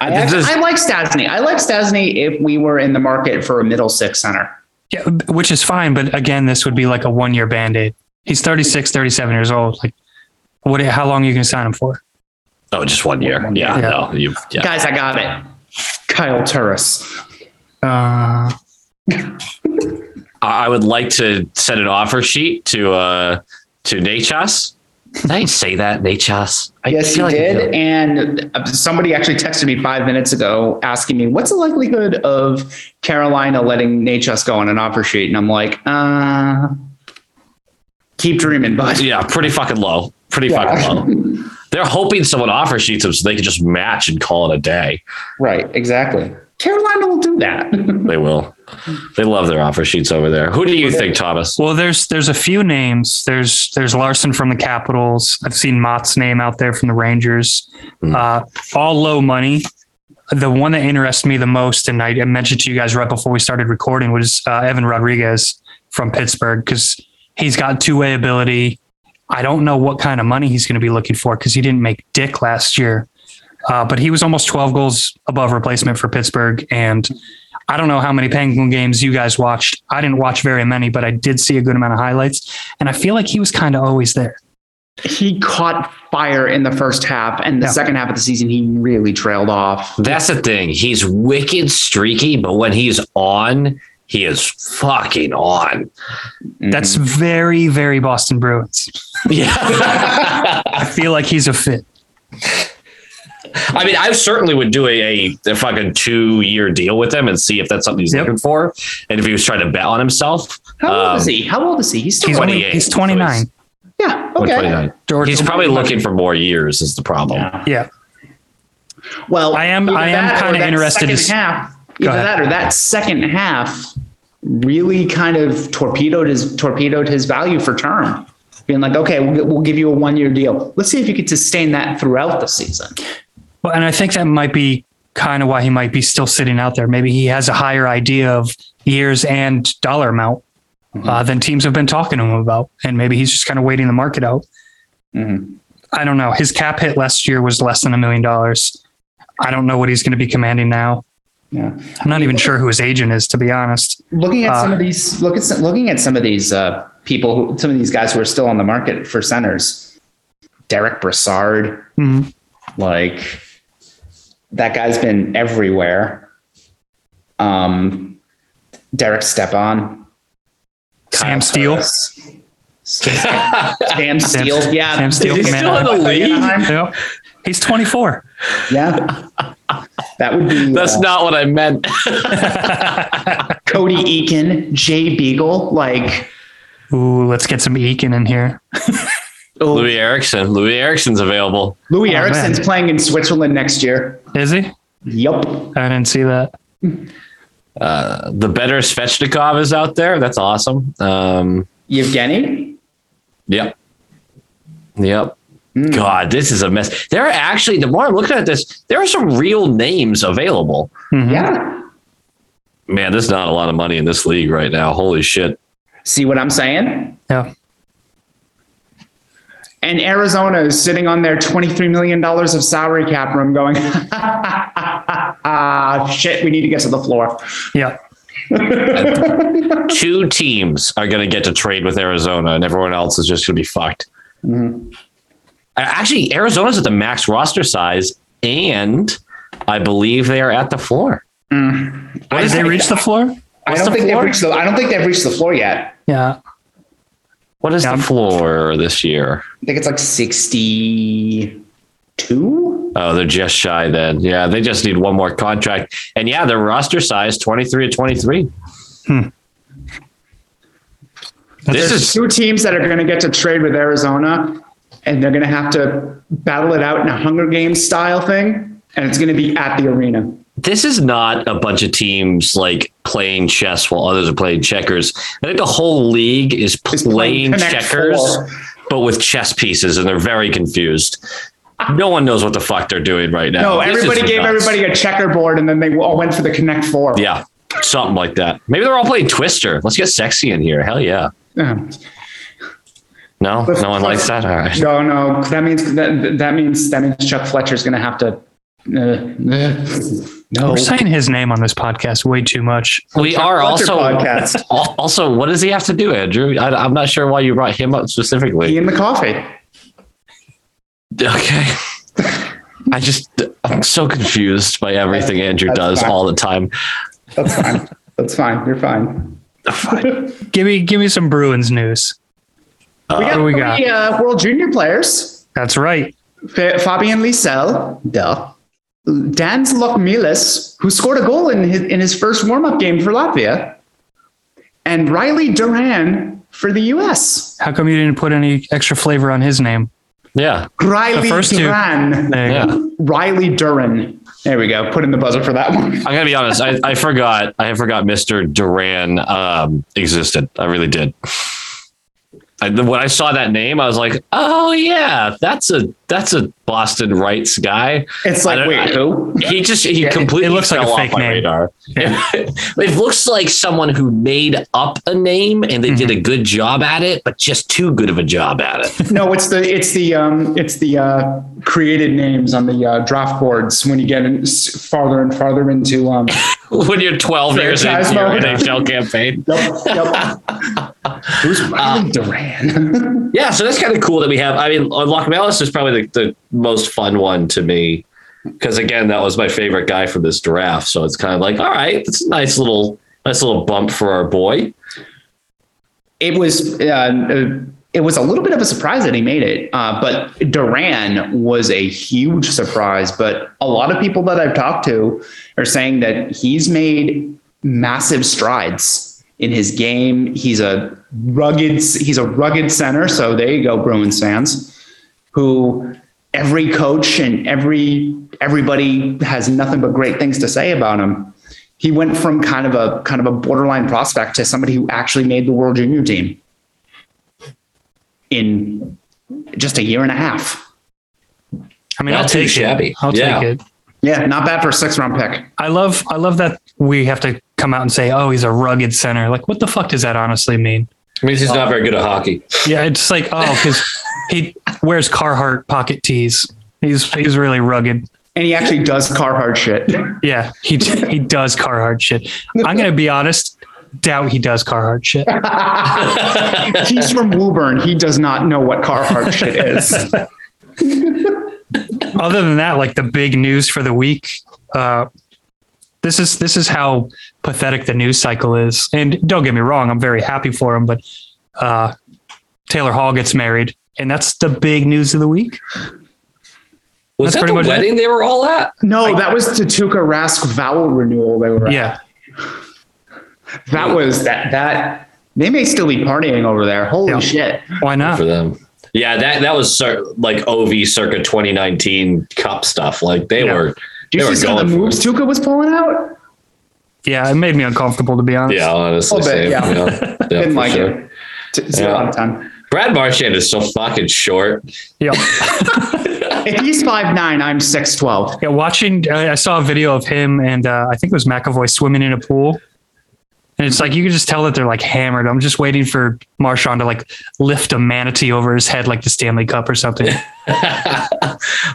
[SPEAKER 4] I,
[SPEAKER 5] This
[SPEAKER 4] actually-
[SPEAKER 5] is-
[SPEAKER 4] I like Stasny. I like Stasny if we were in the market for a middle six center.
[SPEAKER 3] Yeah, which is fine, but again, this would be like a one year band aid. He's 36, 37 years old. Like, what? How long are you going to sign him for?
[SPEAKER 5] oh just one year yeah,
[SPEAKER 3] Yeah.
[SPEAKER 5] no you yeah.
[SPEAKER 4] Guys, I got it. Kyle Turris.
[SPEAKER 3] Uh,
[SPEAKER 5] I I would like to send an offer sheet to uh to Nachos did I say that Nachos I
[SPEAKER 4] Yes,
[SPEAKER 5] feel
[SPEAKER 4] you
[SPEAKER 5] like I
[SPEAKER 4] did. And uh, somebody actually texted me five minutes ago asking me, what's the likelihood of Carolina letting Natchez go on an offer sheet? And I'm like, uh, keep dreaming, bud.
[SPEAKER 5] Yeah, pretty fucking low. Pretty
[SPEAKER 4] Yeah.
[SPEAKER 5] fucking low. They're hoping someone offer sheets them so they can just match and call it a day.
[SPEAKER 4] Right, exactly. Carolina will do that.
[SPEAKER 5] They will. They love their offer sheets over there. Who do you think, Thomas?
[SPEAKER 3] Well, there's there's a few names. There's there's Larson from the Capitals. I've seen Mott's name out there from the Rangers. Uh, all low money. The one that interests me the most, and I, I mentioned to you guys right before we started recording, was uh, Evan Rodriguez from Pittsburgh because he's got two way ability. I don't know what kind of money he's going to be looking for because he didn't make dick last year, uh, but he was almost 12 goals above replacement for Pittsburgh, and I don't know how many Penguin games you guys watched. I didn't watch very many, but I did see a good amount of highlights. And I feel like he was kind of always there.
[SPEAKER 4] he caught fire in the first half, and the
[SPEAKER 3] Yeah.
[SPEAKER 4] second half of the season, he really trailed off.
[SPEAKER 5] That's the thing. He's wicked streaky, but when he's on, he is fucking on.
[SPEAKER 3] That's very, very Boston Bruins.
[SPEAKER 5] Yeah.
[SPEAKER 3] I feel like he's a fit.
[SPEAKER 5] I mean, I certainly would do a, a fucking two year deal with him and see if that's something he's
[SPEAKER 3] Yep.
[SPEAKER 5] looking for. And if he was trying to bet on himself.
[SPEAKER 4] Mm-hmm. How old
[SPEAKER 5] um,
[SPEAKER 4] is he? How old is he? He's still
[SPEAKER 3] uh, He's, only,
[SPEAKER 5] 28,
[SPEAKER 3] he's 29.
[SPEAKER 4] yeah.
[SPEAKER 5] or
[SPEAKER 4] Okay.
[SPEAKER 5] 29.
[SPEAKER 3] George-
[SPEAKER 5] He's probably looking for more years is the problem.
[SPEAKER 3] Yeah.
[SPEAKER 4] Well,
[SPEAKER 3] I am-
[SPEAKER 4] either
[SPEAKER 3] I am
[SPEAKER 4] that or
[SPEAKER 3] kinda
[SPEAKER 4] that
[SPEAKER 3] interested to
[SPEAKER 4] Second
[SPEAKER 3] s-
[SPEAKER 4] half, either
[SPEAKER 3] ahead.
[SPEAKER 4] that or that second half really kind of torpedoed his torpedoed his value for term. Being like, okay, we'll, we'll give you a one year deal. Let's see if you could sustain that throughout the season.
[SPEAKER 3] Well, and I think that might be kind of why he might be still sitting out there. Maybe he has a higher idea of years and dollar amount uh, than teams have been talking to him about. And maybe he's just kind of waiting the market out. I don't know. His cap hit last year was less than a million dollars. I don't know what he's going to be commanding now.
[SPEAKER 4] Yeah.
[SPEAKER 3] I'm not even sure who his agent is, to be honest.
[SPEAKER 4] Looking at
[SPEAKER 3] Uh,
[SPEAKER 4] some of these, look at some, looking at some of these uh, people, who, some of these guys who are still on the market for centers. Derek Brassard,
[SPEAKER 3] Mhm.
[SPEAKER 4] like that guy's been everywhere. Um, Derek Stepan,
[SPEAKER 3] Sam Steele.
[SPEAKER 4] Sam Steele, yeah,
[SPEAKER 3] Sam Steele
[SPEAKER 4] He's
[SPEAKER 3] from
[SPEAKER 5] still in
[SPEAKER 3] Anaheim.
[SPEAKER 5] the league?
[SPEAKER 3] Yep. He's 24.
[SPEAKER 4] yeah. That would be
[SPEAKER 5] That's
[SPEAKER 4] uh,
[SPEAKER 5] not what I meant.
[SPEAKER 4] Cody Eakin, Jay Beagle, like
[SPEAKER 3] Ooh, let's get some Eakin in here.
[SPEAKER 4] oh, Louis,
[SPEAKER 5] Louis Erickson. Louis Erickson's available.
[SPEAKER 3] Oh, man.
[SPEAKER 4] Erickson's playing in Switzerland next year.
[SPEAKER 3] Is he?
[SPEAKER 4] Yup.
[SPEAKER 3] I didn't see that.
[SPEAKER 5] Uh, The better Svechnikov is out there. That's awesome. Um,
[SPEAKER 4] Yevgeny?
[SPEAKER 5] yep. Yep. God, this is a mess. There are actually, the more I'm looking at this, there are some real names available.
[SPEAKER 3] Mm-hmm.
[SPEAKER 4] Yeah.
[SPEAKER 5] Man, there's not a lot of money in this league right now. Holy shit.
[SPEAKER 4] See what I'm saying?
[SPEAKER 3] Yeah.
[SPEAKER 4] And Arizona is sitting on their $23 million of salary cap room going, ah, shit, we need to get to the floor.
[SPEAKER 3] Yeah.
[SPEAKER 5] Two teams are going to get to trade with Arizona, and everyone else is just going to be fucked. Uh, Actually, Arizona's at the max roster size, and I believe they are at the floor.
[SPEAKER 3] Did they reach the floor?
[SPEAKER 4] I don't
[SPEAKER 5] the
[SPEAKER 4] think
[SPEAKER 5] floor?
[SPEAKER 4] they've reached the I don't think they've reached the floor yet.
[SPEAKER 3] Yeah.
[SPEAKER 5] What is
[SPEAKER 3] Yeah.
[SPEAKER 5] the floor this year?
[SPEAKER 4] I think it's like 60 two.
[SPEAKER 5] Oh, they're just shy then. Yeah, they just need one more contract. And yeah, their roster size 23 to 23. This
[SPEAKER 4] There's
[SPEAKER 5] is
[SPEAKER 4] two teams that are going to get to trade with Arizona, and they're going to have to battle it out in a Hunger Games style thing, and it's going to be at the arena.
[SPEAKER 5] this is not a bunch of teams like playing chess while others are playing checkers. I think the whole league is
[SPEAKER 4] It's
[SPEAKER 5] playing
[SPEAKER 4] Connect
[SPEAKER 5] checkers,
[SPEAKER 4] Four.
[SPEAKER 5] but with chess pieces, and they're very confused. No one knows what the fuck they're doing right now.
[SPEAKER 4] No,
[SPEAKER 5] Oh, This is
[SPEAKER 4] everybody gave
[SPEAKER 5] nuts.
[SPEAKER 4] everybody a checkerboard, and then they all went for the Connect Four.
[SPEAKER 5] Yeah, something like that. Maybe they're all playing Twister. Let's get sexy in here. Hell yeah.
[SPEAKER 4] Yeah.
[SPEAKER 5] No,
[SPEAKER 4] Let's-
[SPEAKER 5] no one likes that. All right.
[SPEAKER 4] No, no, that means that that means that means Chuck Fletcher's going to have to. Uh, no.
[SPEAKER 3] We're saying his name on this podcast way too much.
[SPEAKER 5] We are
[SPEAKER 4] Fletcher
[SPEAKER 5] also
[SPEAKER 4] podcast.
[SPEAKER 5] al- also. What does he have to do, Andrew? I, am not sure why you brought him up
[SPEAKER 4] He
[SPEAKER 5] specifically.
[SPEAKER 4] and the coffee.
[SPEAKER 5] Okay. I just I'm so confused by everything Andrew
[SPEAKER 4] That's
[SPEAKER 5] does
[SPEAKER 4] fine.
[SPEAKER 5] all the time.
[SPEAKER 4] That's fine. That's fine. You're fine.
[SPEAKER 3] Give me give me some Bruins news.
[SPEAKER 4] we got
[SPEAKER 3] what do we
[SPEAKER 4] three Uh, World Junior players:
[SPEAKER 3] That's right.
[SPEAKER 4] Fa- Fabian Liesel, duh. Dan's Lokmilis, who scored a goal in his in his first warm up game for Latvia, and Riley Duran for the U.S.
[SPEAKER 3] How come you didn't put any extra flavor on his name?
[SPEAKER 5] Yeah,
[SPEAKER 4] Riley
[SPEAKER 3] first two.
[SPEAKER 4] Duran.
[SPEAKER 3] There you
[SPEAKER 5] yeah.
[SPEAKER 3] go.
[SPEAKER 4] Riley Duran. There we go. Put in the buzzer for that one.
[SPEAKER 5] I'm gonna be honest. I, I forgot. I forgot Mr. Duran um, existed. I really did. I, when I saw that name, I was like, "Oh yeah, that's a that's a Boston Rights guy."
[SPEAKER 4] It's
[SPEAKER 5] I
[SPEAKER 4] like,
[SPEAKER 5] don't-
[SPEAKER 4] wait, who?
[SPEAKER 5] He just he completely
[SPEAKER 3] it looks like
[SPEAKER 5] fell
[SPEAKER 3] a
[SPEAKER 5] off
[SPEAKER 3] fake
[SPEAKER 5] my
[SPEAKER 3] name.
[SPEAKER 5] radar. it looks like someone who made up a name and they
[SPEAKER 3] Mm-hmm.
[SPEAKER 5] did a good job at it, but just too good of a job at it.
[SPEAKER 4] No, it's the it's the um it's the uh, created names on the uh, draft boards when you get in, s- farther and farther into um.
[SPEAKER 5] when you're 12 years
[SPEAKER 4] Franchise
[SPEAKER 5] into your
[SPEAKER 4] mode.
[SPEAKER 5] NHL campaign.
[SPEAKER 4] yep, yep. Uh, Who's Riley Duran?
[SPEAKER 5] Yeah, so that's kind of cool that we have. I mean, Lock Malice is probably the, the most fun one to me because again, that was my favorite guy from this draft. So it's kind of like, all right, it's a nice little nice little bump for our boy.
[SPEAKER 4] it was uh, uh, it was a little bit of a surprise that he made it, uh, but Duran was a huge surprise. But a lot of people that I've talked to are saying that he's made massive strides in his game. He's a rugged he's a rugged center. So there you go, Bruins fans. who every coach and every everybody has nothing but great things to say about him. He went from kind of a kind of a borderline prospect to somebody who actually made the World Junior team in just a year and a half.
[SPEAKER 3] I mean,
[SPEAKER 5] Not
[SPEAKER 3] I'll
[SPEAKER 5] too
[SPEAKER 3] take
[SPEAKER 5] shabby.
[SPEAKER 3] it. I'll
[SPEAKER 5] Yeah.
[SPEAKER 3] take it.
[SPEAKER 4] Yeah, not bad for a six round pick.
[SPEAKER 3] I love I love that we have to come out and say, "Oh, he's a rugged center." Like, what the fuck does that honestly mean?
[SPEAKER 5] I mean, he's not very good at hockey.
[SPEAKER 3] Yeah, it's just like, oh, because he wears Carhartt pocket tees. He's he's really rugged.
[SPEAKER 4] And he actually does Carhartt shit.
[SPEAKER 3] Yeah, he he does Carhartt shit. I'm gonna be honest. Doubt he does Carhartt shit.
[SPEAKER 4] He's from Woburn. He does not know what Carhartt shit is.
[SPEAKER 3] Other than that, like the big news for the week. Uh, this is this is how pathetic the news cycle is. And don't get me wrong, I'm very happy for him. But uh, Taylor Hall gets married, and that's the big news of the week.
[SPEAKER 5] Was
[SPEAKER 3] That's
[SPEAKER 5] that
[SPEAKER 3] pretty
[SPEAKER 5] the
[SPEAKER 3] much it.
[SPEAKER 5] wedding they were all at?
[SPEAKER 4] No, that was the Tuka Rask vowel renewal they were at.
[SPEAKER 3] Yeah,
[SPEAKER 4] That was that that they may still be partying over there. Holy
[SPEAKER 3] Yeah.
[SPEAKER 4] shit.
[SPEAKER 3] why not?
[SPEAKER 5] for them. Yeah, that that was cir- like OV circa 2019 Cup stuff. Like they
[SPEAKER 3] Yeah.
[SPEAKER 5] were,
[SPEAKER 4] Do
[SPEAKER 5] they
[SPEAKER 4] you
[SPEAKER 5] were
[SPEAKER 4] see some of
[SPEAKER 5] going
[SPEAKER 4] the
[SPEAKER 5] for
[SPEAKER 4] moves
[SPEAKER 5] it.
[SPEAKER 4] Tuca was pulling out?
[SPEAKER 3] Yeah, it made me uncomfortable to be honest.
[SPEAKER 5] Yeah, honestly,
[SPEAKER 4] Little bit,
[SPEAKER 5] same.
[SPEAKER 4] yeah.
[SPEAKER 5] yeah. Yeah,
[SPEAKER 4] Didn't
[SPEAKER 5] for
[SPEAKER 4] like
[SPEAKER 5] sure.
[SPEAKER 4] it. T- It's a
[SPEAKER 5] Yeah.
[SPEAKER 4] lot of time.
[SPEAKER 5] Brad Marchand is so fucking short.
[SPEAKER 3] yeah.
[SPEAKER 4] If he's five nine, I'm six twelve.
[SPEAKER 3] Yeah, watching. I I saw a video of him and uh, I think it was McAvoy swimming in a pool, and it's like you can just tell that they're like hammered. I'm just waiting for Marshawn to like lift a manatee over his head like the Stanley Cup or something.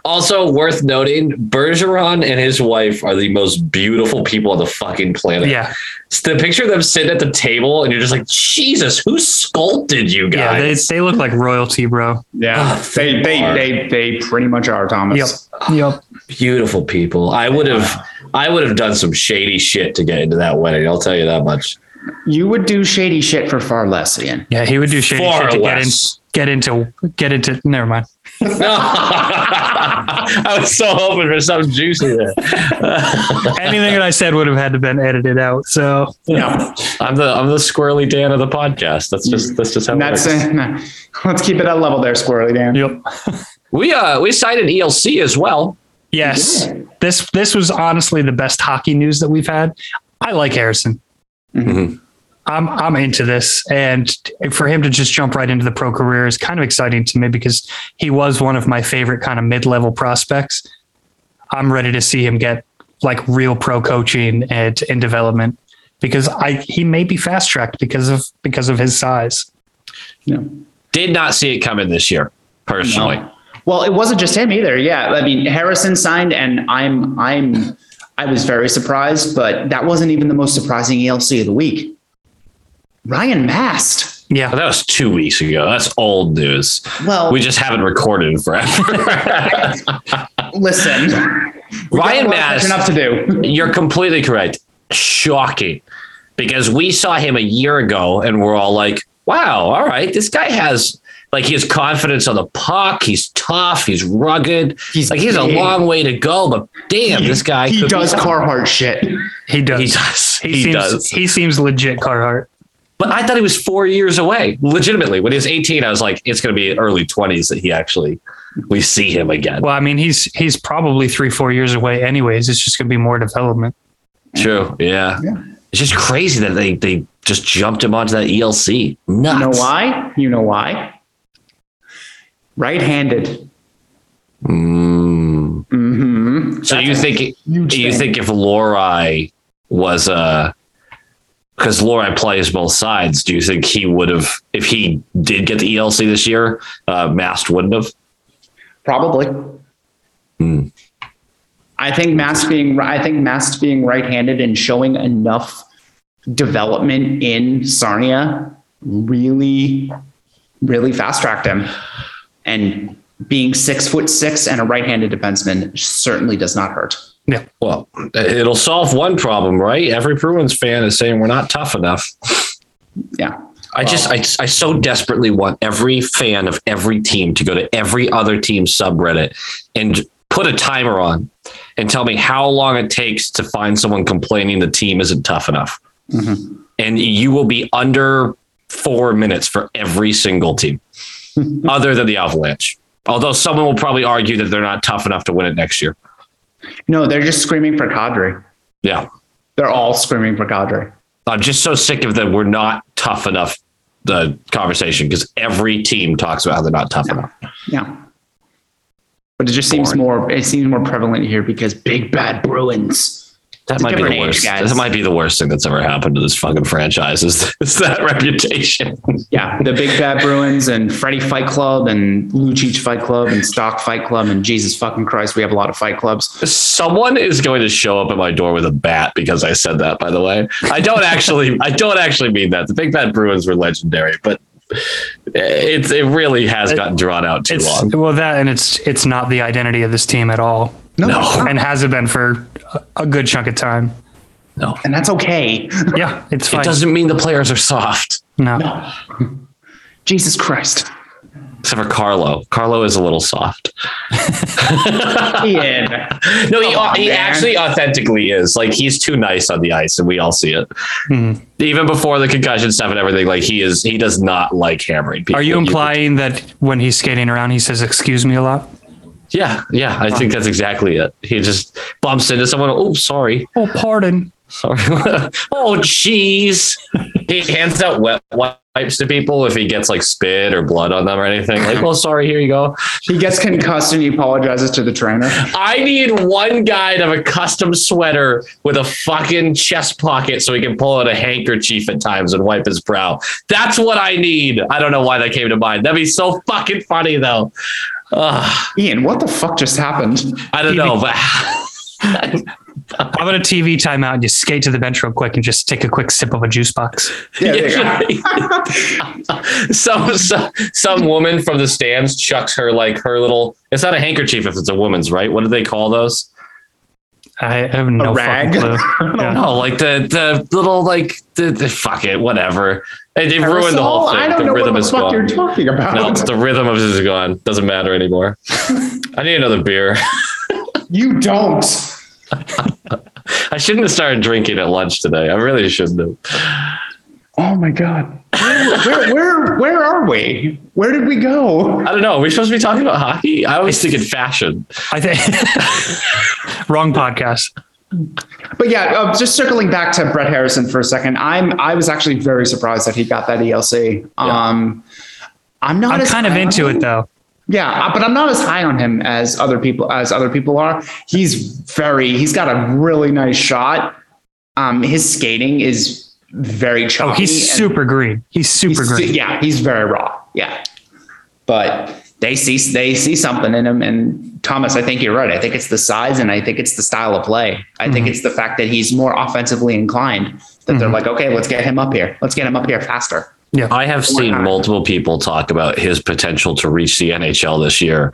[SPEAKER 5] Also worth noting, Bergeron and his wife are the most beautiful people on the fucking planet.
[SPEAKER 3] yeah,
[SPEAKER 5] It's the picture of them sitting at the table, and you're just like, Jesus, who sculpted you
[SPEAKER 3] yeah, they,
[SPEAKER 5] guys?
[SPEAKER 3] they look like royalty, bro.
[SPEAKER 4] Yeah.
[SPEAKER 5] Ah,
[SPEAKER 4] They they,
[SPEAKER 5] are.
[SPEAKER 4] they they pretty much are Thomas.
[SPEAKER 3] Yep, yep.
[SPEAKER 5] beautiful people. I would have, I would have done some shady shit to get into that wedding. I'll tell you that much.
[SPEAKER 4] You would do shady shit for far less, Ian.
[SPEAKER 3] Yeah, he would do shady
[SPEAKER 5] Far
[SPEAKER 3] shit to
[SPEAKER 5] less.
[SPEAKER 3] get in, get into, get into. Never mind.
[SPEAKER 5] I was so hoping for something juicy there.
[SPEAKER 3] Anything that I said would have had to been edited out. So
[SPEAKER 5] Yeah, I'm the I'm the squirrely Dan of the podcast. That's just that's just how
[SPEAKER 4] And
[SPEAKER 5] it
[SPEAKER 4] that's
[SPEAKER 5] works.
[SPEAKER 4] it. No. Let's keep it at level there, Squirrely Dan.
[SPEAKER 3] yep.
[SPEAKER 5] We uh we cited ELC as well.
[SPEAKER 3] Yes, this this was honestly the best hockey news that we've had. I like Harrison. Mm-hmm.
[SPEAKER 5] Mhm.
[SPEAKER 3] I'm I'm into this, and for him to just jump right into the pro career is kind of exciting to me because he was one of my favorite kind of mid level prospects. I'm ready to see him get like real pro coaching and in development because I he may be fast tracked because of because of his size.
[SPEAKER 5] Did not see it coming this year, personally.
[SPEAKER 4] No. Well, it wasn't just him either. Yeah, I mean Harrison signed, and I'm I'm I was very surprised, but that wasn't even the most surprising ELC of the week. Ryan Mast.
[SPEAKER 5] But
[SPEAKER 3] Yeah,
[SPEAKER 5] that was two weeks ago. That's old news.
[SPEAKER 4] Well,
[SPEAKER 5] We just haven't recorded in forever.
[SPEAKER 4] listen,
[SPEAKER 5] Ryan
[SPEAKER 4] Mast
[SPEAKER 5] Mast.
[SPEAKER 4] enough to do.
[SPEAKER 5] You're completely correct. Shocking. Because we saw him a year ago and we're all like, wow, all right, this guy has like he has confidence on the puck. He's tough. He's rugged.
[SPEAKER 4] He's
[SPEAKER 5] like he's a
[SPEAKER 4] big.
[SPEAKER 5] long way to go, but damn, this guy
[SPEAKER 4] He
[SPEAKER 5] could be
[SPEAKER 4] does
[SPEAKER 5] something.
[SPEAKER 4] Carhartt shit.
[SPEAKER 3] he does.
[SPEAKER 5] He does.
[SPEAKER 3] He,
[SPEAKER 5] He,
[SPEAKER 3] seems
[SPEAKER 5] does.
[SPEAKER 3] he seems legit Carhartt.
[SPEAKER 5] But I thought he was four years away. Legitimately, when he was 18, I was like, it's going to be early 20s that he actually we see him again.
[SPEAKER 3] Well, I mean, he's he's probably three four years away. Anyways, it's just gonna be more development.
[SPEAKER 5] True. Yeah. It's just crazy that they they just jumped him onto that ELC. Nuts.
[SPEAKER 4] You know why? You know why? Right-handed.
[SPEAKER 5] Mm.
[SPEAKER 4] Mm-hmm.
[SPEAKER 5] So you think
[SPEAKER 4] Huge
[SPEAKER 5] do you
[SPEAKER 4] thing.
[SPEAKER 5] think if Lori was uh because Lori plays both sides, do you think he would have if he did get the ELC this year, uh Mast wouldn't have?
[SPEAKER 4] Probably.
[SPEAKER 5] Hmm.
[SPEAKER 4] I think Mast being I think Mast being right-handed and showing enough development in Sarnia really, really fast tracked him. And being six foot six and a right-handed defenseman certainly does not hurt.
[SPEAKER 5] Well, it'll solve one problem, right? Every Bruins fan is saying we're not tough enough.
[SPEAKER 4] Yeah.
[SPEAKER 5] I just, I, I so desperately want every fan of every team to go to every other team's subreddit and put a timer on and tell me how long it takes to find someone complaining the team isn't tough enough.
[SPEAKER 4] Mm-hmm.
[SPEAKER 5] And you will be under four minutes for every single team other than the Avalanche. Although someone will probably argue that they're not tough enough to win it next year.
[SPEAKER 4] No, they're just screaming for Kadri.
[SPEAKER 5] Yeah.
[SPEAKER 4] They're all screaming for Kadri.
[SPEAKER 5] I'm just so sick of the we're not tough enough the conversation because every team talks about how they're not tough enough.
[SPEAKER 4] Yeah. But it just seems more it seems more prevalent here because big bad Bruins.
[SPEAKER 5] That
[SPEAKER 4] It's a
[SPEAKER 5] might be the
[SPEAKER 4] different age,
[SPEAKER 5] worst.
[SPEAKER 4] guys.
[SPEAKER 5] That might be the worst thing that's ever happened to this fucking franchise is, is that reputation.
[SPEAKER 4] Yeah, the Big Bad Bruins and Freddie Fight Club and Lucic Fight Club and Stock Fight Club and Jesus fucking Christ, we have a lot of fight clubs.
[SPEAKER 5] Someone is going to show up at my door with a bat because I said that. By the way, I don't actually, I don't actually mean that. The Big Bad Bruins were legendary, but it's it really has gotten drawn out too
[SPEAKER 3] It's
[SPEAKER 5] long.
[SPEAKER 3] well that, and it's it's not the identity of this team at all,
[SPEAKER 5] No,
[SPEAKER 3] and hasn't been for a- a good chunk of time.
[SPEAKER 5] no,
[SPEAKER 4] And that's okay.
[SPEAKER 3] Yeah, it's fine.
[SPEAKER 5] it doesn't mean the players are soft.
[SPEAKER 3] no.
[SPEAKER 4] Jesus Christ.
[SPEAKER 5] Except for Carlo. Carlo is a little soft.
[SPEAKER 4] Ian.
[SPEAKER 5] No, he,
[SPEAKER 4] Come on,
[SPEAKER 5] he
[SPEAKER 4] man.
[SPEAKER 5] actually authentically is. Like he's too nice on the ice, and we all see it.
[SPEAKER 3] Hmm.
[SPEAKER 5] Even before the concussion stuff and everything, like he is, he does not like hammering people.
[SPEAKER 3] Are you implying that when he's skating around, he says "excuse me" a lot?
[SPEAKER 5] Yeah, yeah. I think that's exactly it. He just bumps into someone. Oh, sorry,
[SPEAKER 3] Oh, pardon.
[SPEAKER 5] sorry. oh, jeez. he hands out wet wipes to people if he gets like spit or blood on them or anything. Like, oh, sorry, here you go.
[SPEAKER 4] He gets concussed and he apologizes to the trainer.
[SPEAKER 5] I need one guy to have a custom sweater with a fucking chest pocket so he can pull out a handkerchief at times and wipe his brow. That's what I need. I don't know why that came to mind. That'd be so fucking funny though. Ugh,
[SPEAKER 4] Ian, what the fuck just happened?
[SPEAKER 5] I don't know, but
[SPEAKER 3] How about a TV timeout? and You skate to the bench real quick and just take a quick sip of a juice box.
[SPEAKER 4] Yeah, there you go.
[SPEAKER 5] some, some some woman from the stands chucks her like her little. It's not a handkerchief if it's a woman's, right? What do they call those?
[SPEAKER 3] I have no
[SPEAKER 4] A
[SPEAKER 3] fucking
[SPEAKER 4] rag?
[SPEAKER 3] clue.
[SPEAKER 5] No,
[SPEAKER 3] Yeah.
[SPEAKER 5] like the the little like the, the fuck it, whatever. They, they ruined the
[SPEAKER 4] Aerosol?
[SPEAKER 5] whole thing.
[SPEAKER 4] I don't
[SPEAKER 5] the
[SPEAKER 4] know what
[SPEAKER 5] rhythm
[SPEAKER 4] the
[SPEAKER 5] is
[SPEAKER 4] fuck you're
[SPEAKER 5] gone.
[SPEAKER 4] talking about.
[SPEAKER 5] No, the rhythm of it is gone. Doesn't matter anymore. I need another beer.
[SPEAKER 4] You don't.
[SPEAKER 5] I shouldn't have started drinking at lunch today. I really shouldn't have.
[SPEAKER 4] Oh my god. Where, where where where are we? Where did we go?
[SPEAKER 5] I don't know. Are we supposed to be talking about hockey? I always think in fashion.
[SPEAKER 3] I think wrong podcast.
[SPEAKER 4] But yeah, uh, just circling back to Brett Harrison for a second. I'm I was actually very surprised that he got that ELC. Um I'm not
[SPEAKER 3] I'm
[SPEAKER 4] as
[SPEAKER 3] kind of
[SPEAKER 4] high on
[SPEAKER 3] into
[SPEAKER 4] him.
[SPEAKER 3] it though.
[SPEAKER 4] Yeah, uh, but I'm not as high on him as other people as other people are. He's very he's got a really nice shot. Um his skating is very choppy.
[SPEAKER 3] Oh, he's
[SPEAKER 4] and-
[SPEAKER 3] super green. He's super
[SPEAKER 4] He's-
[SPEAKER 3] green.
[SPEAKER 4] Yeah, he's very raw. Yeah, but they see they see something in him. And Thomas, I think you're right. I think it's the size, and I think it's the style of play. I think it's the fact that he's more offensively inclined. That they're like, okay, let's get him up here. Let's get him up here faster.
[SPEAKER 5] I have seen
[SPEAKER 4] not?
[SPEAKER 5] multiple people talk about his potential to reach the NHL this year.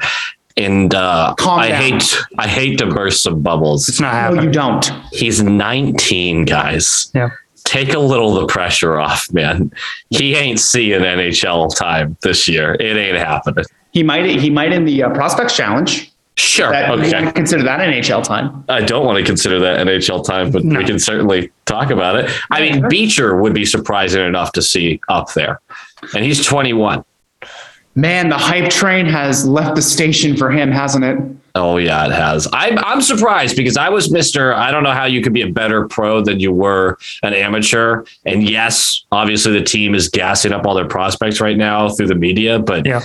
[SPEAKER 5] And uh,
[SPEAKER 4] Calm
[SPEAKER 5] I
[SPEAKER 4] down.
[SPEAKER 5] hate I hate to burst some bubbles.
[SPEAKER 3] It's not
[SPEAKER 4] No, you
[SPEAKER 3] happening.
[SPEAKER 4] don't.
[SPEAKER 5] He's 19, guys.
[SPEAKER 3] Yeah.
[SPEAKER 5] Take a little of the pressure off, man. He ain't seeing NHL time this year. It ain't happening.
[SPEAKER 4] He might he might in the uh, prospects challenge.
[SPEAKER 5] Sure.
[SPEAKER 4] That you
[SPEAKER 5] okay.
[SPEAKER 4] wanna consider that NHL time.
[SPEAKER 5] I don't want to consider that NHL time, but
[SPEAKER 3] No.
[SPEAKER 5] we can certainly talk about it. I mean, Beecher would be surprising enough to see up there. And he's 21.
[SPEAKER 4] Man, the hype train has left the station for him, hasn't it?
[SPEAKER 5] Oh yeah, it has. I'm I'm surprised because I was Mister. I don't know how you could be a better pro than you were an amateur. And yes, obviously the team is gassing up all their prospects right now through the media, but
[SPEAKER 3] Yeah.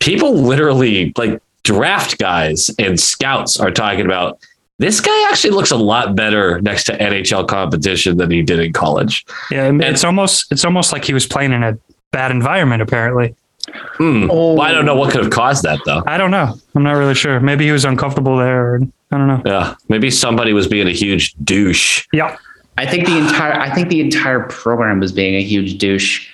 [SPEAKER 5] people literally like draft guys and scouts are talking about this guy actually looks a lot better next to NHL competition than he did in college.
[SPEAKER 3] Yeah, and it's almost it's almost like he was playing in a bad environment. Apparently,
[SPEAKER 5] Hmm.
[SPEAKER 4] Oh.
[SPEAKER 5] Well, I don't know what could have caused that though.
[SPEAKER 3] I don't know. I'm not really sure. Maybe he was uncomfortable there. Or, I don't know.
[SPEAKER 5] Yeah, maybe somebody was being a huge douche.
[SPEAKER 3] Yeah,
[SPEAKER 4] I think the entire I think the entire program was being a huge douche.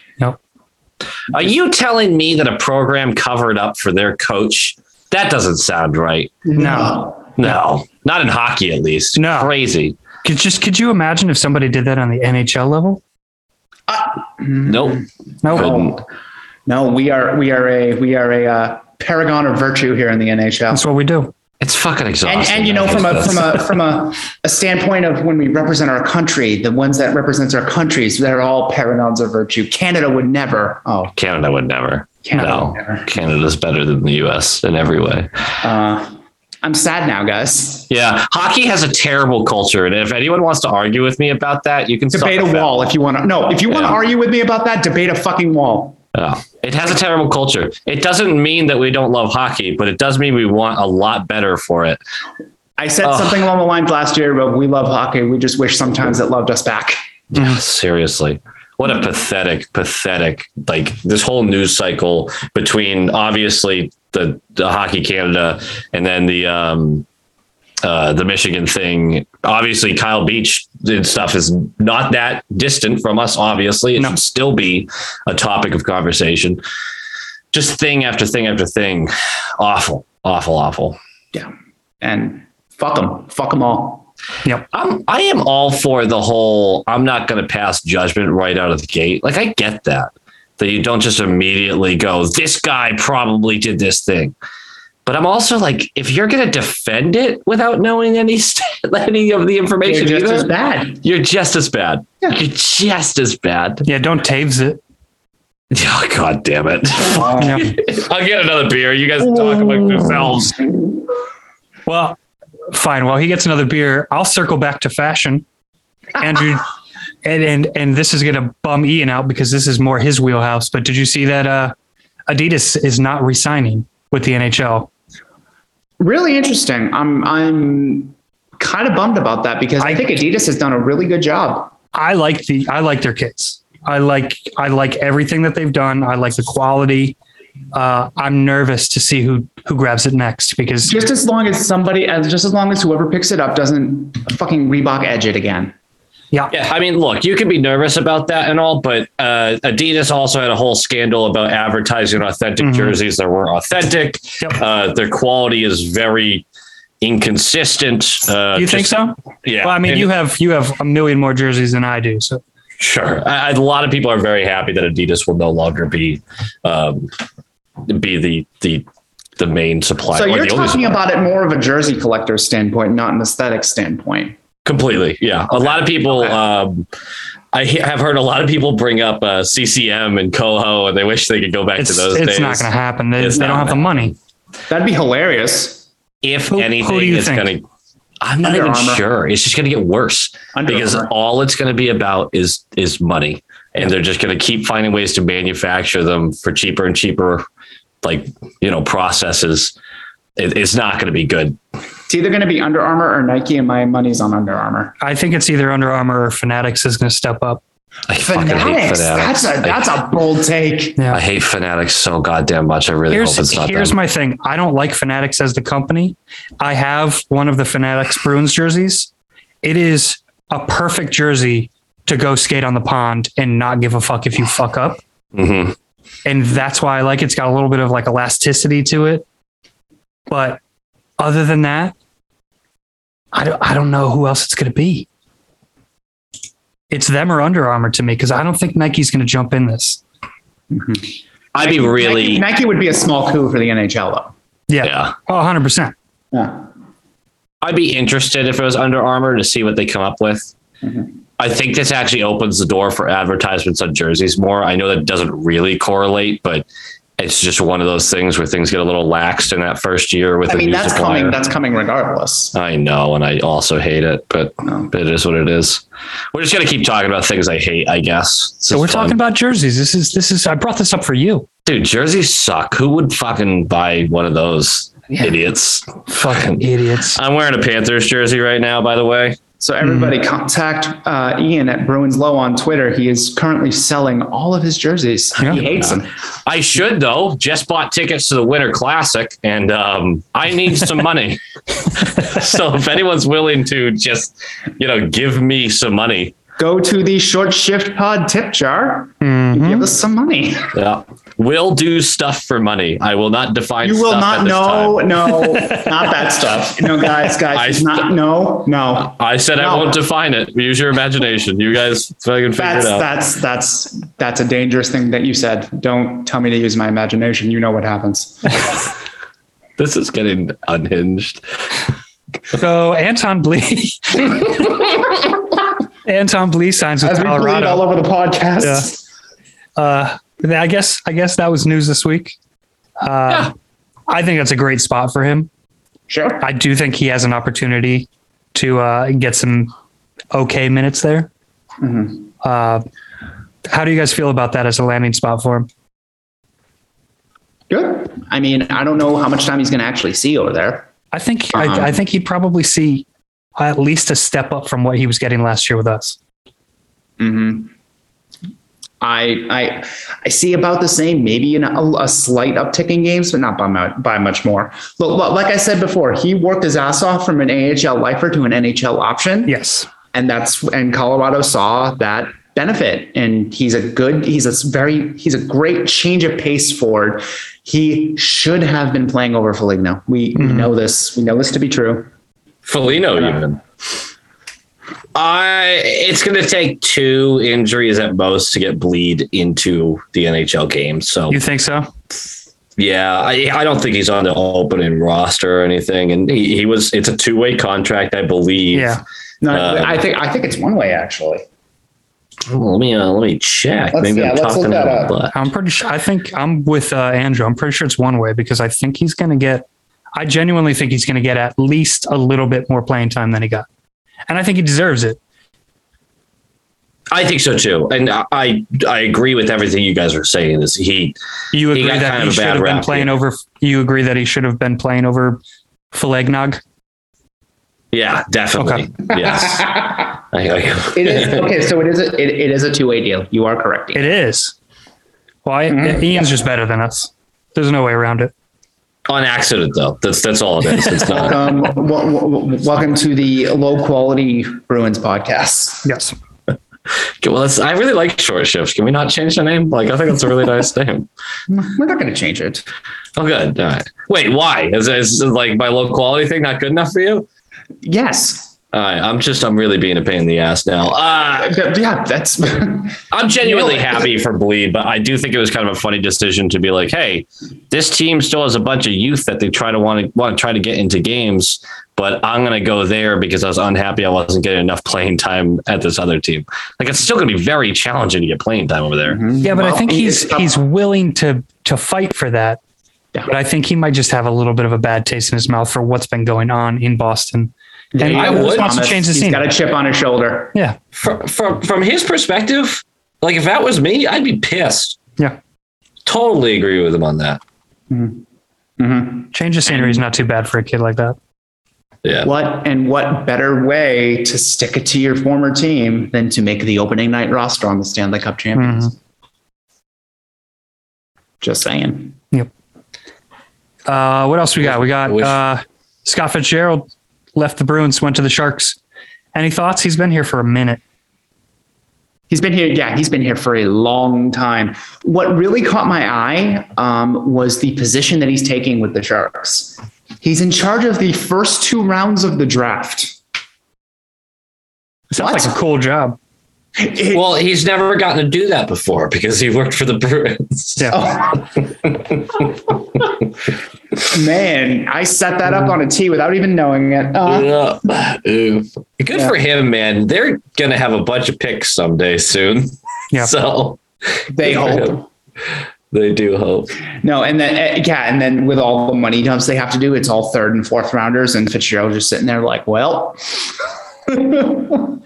[SPEAKER 5] Are you telling me that a program covered up for their coach? That doesn't sound right.
[SPEAKER 3] No.
[SPEAKER 5] No, not in hockey, at least.
[SPEAKER 3] No.
[SPEAKER 5] crazy.
[SPEAKER 3] could just could you imagine if somebody did that on the NHL level?
[SPEAKER 5] Nope.
[SPEAKER 3] No,
[SPEAKER 5] Couldn't.
[SPEAKER 4] No, we are we are a we are a uh, paragon of virtue here in the NHL.
[SPEAKER 3] that's what we do.
[SPEAKER 5] It's fucking
[SPEAKER 4] And,
[SPEAKER 5] exhausting.
[SPEAKER 4] and you know from a from a from a, a standpoint of when we represent our country, the ones that represents our countries, they're all paragons of virtue. Canada would never. Oh,
[SPEAKER 5] Canada would never.
[SPEAKER 4] Canada
[SPEAKER 5] no,
[SPEAKER 4] would never.
[SPEAKER 5] Canada's better than the U.S. in every way.
[SPEAKER 4] uh, I'm sad now, guys.
[SPEAKER 5] Yeah, hockey has a terrible culture, and if anyone wants to argue with me about that, you can suck
[SPEAKER 4] Debate a
[SPEAKER 5] fat-
[SPEAKER 4] wall if you want to. No, if you want to
[SPEAKER 5] Yeah.
[SPEAKER 4] argue with me about that, debate a fucking wall.
[SPEAKER 5] Yeah. It has a terrible culture. It doesn't mean that we don't love hockey, but it does mean we want a lot better for it.
[SPEAKER 4] I said
[SPEAKER 5] Ugh.
[SPEAKER 4] something along the lines last year, but we love hockey. We just wish sometimes it loved us back.
[SPEAKER 5] Yeah, seriously. What a pathetic, pathetic, like this whole news cycle between obviously the, the Hockey Canada and then the um, uh, the Michigan thing. Obviously, Kyle Beach and stuff is not that distant from us, obviously. It
[SPEAKER 3] No.
[SPEAKER 5] should still be a topic of conversation. Just thing after thing after thing. Awful, awful, awful.
[SPEAKER 4] Yeah, and fuck them, fuck them all.
[SPEAKER 5] I'm I am all for the whole I'm not going to pass judgment right out of the gate. Like I get that. That you don't just immediately go this guy probably did this thing. But I'm also like if you're going to defend it without knowing any st- any of the
[SPEAKER 4] They're
[SPEAKER 5] information
[SPEAKER 4] just
[SPEAKER 5] either,
[SPEAKER 4] as bad.
[SPEAKER 5] you're just as bad.
[SPEAKER 4] Yeah.
[SPEAKER 5] You're just as bad.
[SPEAKER 3] Yeah, don't taves it.
[SPEAKER 5] Oh god damn it.
[SPEAKER 3] Yeah.
[SPEAKER 5] I'll get another beer. You guys talk among yourselves.
[SPEAKER 3] Well, fine. While he gets another beer, I'll circle back to fashion. Andrew, and and and this is gonna bum Ian out because this is more his wheelhouse. But did you see that uh, Adidas is not re-signing with the NHL?
[SPEAKER 4] Really interesting. I'm I'm kind of bummed about that because I,
[SPEAKER 3] I-
[SPEAKER 4] think Adidas has done a really good job.
[SPEAKER 3] I like the I like their kits. I like I like everything that they've done. I like the quality. Uh, I'm nervous to see who who grabs it next because
[SPEAKER 4] Just as long as somebody, as just as long as whoever picks it up doesn't fucking Reebok edge it again.
[SPEAKER 3] yeah
[SPEAKER 5] Yeah, I mean, look, you can be nervous about that and all, but uh, Adidas also had a whole scandal about
[SPEAKER 3] Mm-hmm.
[SPEAKER 5] advertising authentic jerseys that weren't authentic.
[SPEAKER 3] Yep.
[SPEAKER 5] Uh, their quality is very inconsistent. Uh,
[SPEAKER 3] you think
[SPEAKER 5] just-
[SPEAKER 3] so?
[SPEAKER 5] Yeah.
[SPEAKER 3] Well, I mean,
[SPEAKER 5] And-
[SPEAKER 3] you have you have a million more jerseys than I do. So
[SPEAKER 5] Sure. I, I- a lot of people are very happy that Adidas will no longer be um, be the the the main supplier.
[SPEAKER 4] So
[SPEAKER 5] or
[SPEAKER 4] you're
[SPEAKER 5] the only
[SPEAKER 4] talking
[SPEAKER 5] supplier.
[SPEAKER 4] about it more of a jersey collector's standpoint, not an aesthetic standpoint.
[SPEAKER 5] completely. Yeah. A lot of people.
[SPEAKER 4] Okay.
[SPEAKER 5] Um, I he- have heard a lot of people bring up uh, CCM and Coho, and they wish they could go back
[SPEAKER 3] it's
[SPEAKER 5] to those
[SPEAKER 3] it's
[SPEAKER 5] days.
[SPEAKER 3] not going to happen. They,
[SPEAKER 5] It's
[SPEAKER 3] they
[SPEAKER 5] not
[SPEAKER 3] don't have the
[SPEAKER 5] gonna
[SPEAKER 3] money.
[SPEAKER 4] That'd be hilarious.
[SPEAKER 5] If
[SPEAKER 3] Who- who do
[SPEAKER 5] anything,
[SPEAKER 3] you
[SPEAKER 5] it's
[SPEAKER 3] think?
[SPEAKER 5] going to. I'm not
[SPEAKER 4] Under
[SPEAKER 5] even
[SPEAKER 4] Armour.
[SPEAKER 5] sure. It's just going to get worse
[SPEAKER 4] Under
[SPEAKER 5] because
[SPEAKER 4] Armour.
[SPEAKER 5] all it's going to be about is is money, and they're just going to keep finding ways to manufacture them for cheaper and cheaper, like you know processes. It, it's not going to be good.
[SPEAKER 4] It's either going to be Under Armour or Nike, and my money's on Under Armour.
[SPEAKER 3] I think it's either Under Armour or Fanatics is going to step up.
[SPEAKER 5] I fucking hate
[SPEAKER 4] Fanatics.
[SPEAKER 5] fanatics.
[SPEAKER 4] That's a that's a bold take.
[SPEAKER 3] Yeah.
[SPEAKER 5] I hate fanatics so goddamn much. I really hope
[SPEAKER 3] here's
[SPEAKER 5] it's not
[SPEAKER 3] here's
[SPEAKER 5] them.
[SPEAKER 3] my thing. I don't like Fanatics as the company. I have one of the Fanatics Bruins jerseys. It is a perfect jersey to go skate on the pond and not give a fuck if you fuck up.
[SPEAKER 5] Mhm.
[SPEAKER 3] and that's why I like it. It's got a little bit of like elasticity to it, but other than that, I don't I don't know who else it's going to be. It's them or Under Armour to me because I don't think Nike's going to jump in this.
[SPEAKER 5] I'd be
[SPEAKER 4] Nike,
[SPEAKER 5] really
[SPEAKER 4] Nike would be a small coup for the NHL, though.
[SPEAKER 3] Yeah,
[SPEAKER 5] yeah.
[SPEAKER 3] oh, 100 percent.
[SPEAKER 4] Yeah.
[SPEAKER 5] I'd be interested if it was Under Armour to see what they come up with.
[SPEAKER 4] Mm-hmm.
[SPEAKER 5] I think this actually opens the door for advertisements on jerseys more. I know that doesn't really correlate, but it's just one of those things where things get a little laxed in that first year with
[SPEAKER 4] I
[SPEAKER 5] a
[SPEAKER 4] mean,
[SPEAKER 5] new
[SPEAKER 4] that's
[SPEAKER 5] supplier.
[SPEAKER 4] coming. That's coming regardless.
[SPEAKER 5] I know, and I also hate it, but it is what it is. We're just gonna keep talking about things I hate, I guess. This
[SPEAKER 3] So
[SPEAKER 5] is
[SPEAKER 3] we're
[SPEAKER 5] fun.
[SPEAKER 3] talking about jerseys. This is this is I brought this up for you.
[SPEAKER 5] Dude, jerseys suck. Who would fucking buy one of those idiots?
[SPEAKER 3] Fucking idiots.
[SPEAKER 5] I'm wearing a Panthers jersey right now, by the way.
[SPEAKER 4] So everybody,
[SPEAKER 5] Mm-hmm.
[SPEAKER 4] contact uh, Ian at Bruins Low on Twitter. He is currently selling all of his jerseys.
[SPEAKER 3] Yeah.
[SPEAKER 4] He hates them.
[SPEAKER 5] I should though. Just bought tickets to the Winter Classic, and um, I need some money. so if anyone's willing to just, you know, give me some money,
[SPEAKER 4] Go to the Short Shift Pod tip jar.
[SPEAKER 5] Mm-hmm.
[SPEAKER 4] and Give us some money.
[SPEAKER 5] yeah, we'll do stuff for money. I will not define.
[SPEAKER 4] You will
[SPEAKER 5] stuff at
[SPEAKER 4] not.
[SPEAKER 5] this
[SPEAKER 4] No,
[SPEAKER 5] time.
[SPEAKER 4] no, not that stuff. No, guys,
[SPEAKER 5] I-
[SPEAKER 4] guys, it's not. No, no.
[SPEAKER 5] I said I
[SPEAKER 4] No.
[SPEAKER 5] won't define it. Use your imagination. You guys fucking figure
[SPEAKER 4] That's
[SPEAKER 5] it out.
[SPEAKER 4] that's that's that's a dangerous thing that you said. Don't tell me to use my imagination. You know what happens.
[SPEAKER 5] This is getting unhinged.
[SPEAKER 3] So Anton Blee, Anton Blee signs with
[SPEAKER 4] As we bleed all
[SPEAKER 3] Colorado.
[SPEAKER 4] over the podcast.
[SPEAKER 3] Uh, I guess I guess that was news this week. Uh, I think that's a great spot for him.
[SPEAKER 4] Sure.
[SPEAKER 3] I do think he has an opportunity to uh, get some okay minutes there.
[SPEAKER 4] Mm-hmm.
[SPEAKER 3] Uh, how do you guys feel about that as a landing spot for him?
[SPEAKER 4] Good. I mean, I don't know how much time he's going to actually see over there.
[SPEAKER 3] I think
[SPEAKER 4] Um,
[SPEAKER 3] I, I think he'd probably see at least a step up from what he was getting last year with us.
[SPEAKER 4] hmm I I I see about the same, maybe in a, a slight uptick in games, but not by much, by much more. Look, look, like I said before, he worked his ass off from an AHL lifer to an NHL option,
[SPEAKER 3] Yes,
[SPEAKER 4] and that's and Colorado saw that benefit. And he's a good, he's a very, he's a great change of pace forward. He should have been playing over Foligno. We, we know this. We know this to be true.
[SPEAKER 5] Felino, even. I it's going to take two injuries at most to get bleed into the NHL game. So
[SPEAKER 3] you think so?
[SPEAKER 5] yeah, I, I don't think he's on the opening roster or anything. And he, he was it's a two way contract, I believe.
[SPEAKER 3] Yeah,
[SPEAKER 4] No,
[SPEAKER 5] Uh,
[SPEAKER 4] I think I think it's one way actually.
[SPEAKER 5] Oh, let me uh, let me check.
[SPEAKER 4] Let's-
[SPEAKER 5] Maybe
[SPEAKER 4] yeah,
[SPEAKER 5] I'm
[SPEAKER 4] let's
[SPEAKER 5] talking
[SPEAKER 4] look that
[SPEAKER 5] about
[SPEAKER 4] up.
[SPEAKER 5] that.
[SPEAKER 3] I'm pretty sure. I think I'm with uh, Andrew. I'm pretty sure it's one way because I think he's going to get. I genuinely think he's going to get at least a little bit more playing time than he got, and I think he deserves it.
[SPEAKER 5] I think so too, and I- I I agree with everything you guys are saying. This he
[SPEAKER 3] You
[SPEAKER 5] He
[SPEAKER 3] agree
[SPEAKER 5] got
[SPEAKER 3] that
[SPEAKER 5] kind
[SPEAKER 3] he
[SPEAKER 5] of a
[SPEAKER 3] should
[SPEAKER 5] bad
[SPEAKER 3] have been
[SPEAKER 5] rap,
[SPEAKER 3] playing
[SPEAKER 5] yeah.
[SPEAKER 3] over. You agree that he should have been playing over Filegnog.
[SPEAKER 5] yeah definitely yes. I, I,
[SPEAKER 4] It is okay. So it is a it, it is a two way deal. You are correct.
[SPEAKER 3] It is. Why Ian's just better than us. There's no way around it.
[SPEAKER 5] on accident though. That's that's all it is. It's not.
[SPEAKER 4] Um, w- w- w- welcome to the low quality Bruins podcast.
[SPEAKER 3] Yes.
[SPEAKER 5] Okay, Well, that's, I really like short shifts. Can we not change the name? Like, I think that's a really nice name.
[SPEAKER 4] We're not going to change it.
[SPEAKER 5] Oh, good. All right. Wait, why? Is, is like my low quality thing not good enough for you?
[SPEAKER 4] Yes.
[SPEAKER 5] All right. I'm just, I'm really being a pain in the ass now. Uh,
[SPEAKER 4] But yeah, that's
[SPEAKER 5] I'm genuinely
[SPEAKER 4] Really?
[SPEAKER 5] happy for Bleed, but I do think it was kind of a funny decision to be like, "Hey, this team still has a bunch of youth that they try to want to want to try to get into games, but I'm going to go there because I was unhappy I wasn't getting enough playing time at this other team. Like it's still going to be very challenging to get playing time over there.
[SPEAKER 3] Yeah, but I
[SPEAKER 4] Well,
[SPEAKER 3] think he's
[SPEAKER 4] it's-
[SPEAKER 3] he's willing to to fight for that.
[SPEAKER 4] Yeah.
[SPEAKER 3] But I think he might just have a little bit of a bad taste in his mouth for what's been going on in Boston. And
[SPEAKER 4] Yeah,
[SPEAKER 3] I
[SPEAKER 4] Thomas,
[SPEAKER 3] would wants to change the
[SPEAKER 4] He's
[SPEAKER 3] scene.
[SPEAKER 4] got a chip on his shoulder.
[SPEAKER 3] yeah,
[SPEAKER 5] From, from from his perspective, like if that was me, I'd be pissed.
[SPEAKER 3] yeah.
[SPEAKER 5] Totally agree with him on that.
[SPEAKER 4] Mm-hmm.
[SPEAKER 3] Change of scenery is not too bad for a kid like that.
[SPEAKER 5] Yeah.
[SPEAKER 4] What and what better way to stick it to your former team than to make the opening night roster on the Stanley Cup champions? Just saying.
[SPEAKER 3] Uh, what else we got? We got
[SPEAKER 5] wish-
[SPEAKER 3] uh, Scott Fitzgerald left the Bruins, went to the Sharks. Any thoughts? He's been here for a minute.
[SPEAKER 4] He's been here, yeah, he's been here for a long time. What really caught my eye um, was the position that he's taking with the Sharks. He's in charge of the first two rounds of the draft.
[SPEAKER 3] Sounds
[SPEAKER 4] What?
[SPEAKER 3] like a cool job.
[SPEAKER 4] It-
[SPEAKER 5] Well, he's never gotten to do that before because he worked for the Bruins.
[SPEAKER 3] Yeah.
[SPEAKER 4] Oh. man, I set that up on a tee without even knowing it. Uh,
[SPEAKER 5] Yeah. Ooh. Good
[SPEAKER 4] Yeah.
[SPEAKER 5] for him, man. They're gonna have a bunch of picks someday soon.
[SPEAKER 3] Yeah.
[SPEAKER 5] So
[SPEAKER 4] they hope.
[SPEAKER 5] they do hope.
[SPEAKER 4] No, and then uh, yeah, and then with all the money dumps they have to do, it's all third and fourth rounders, and Fitzgerald just sitting there like, well.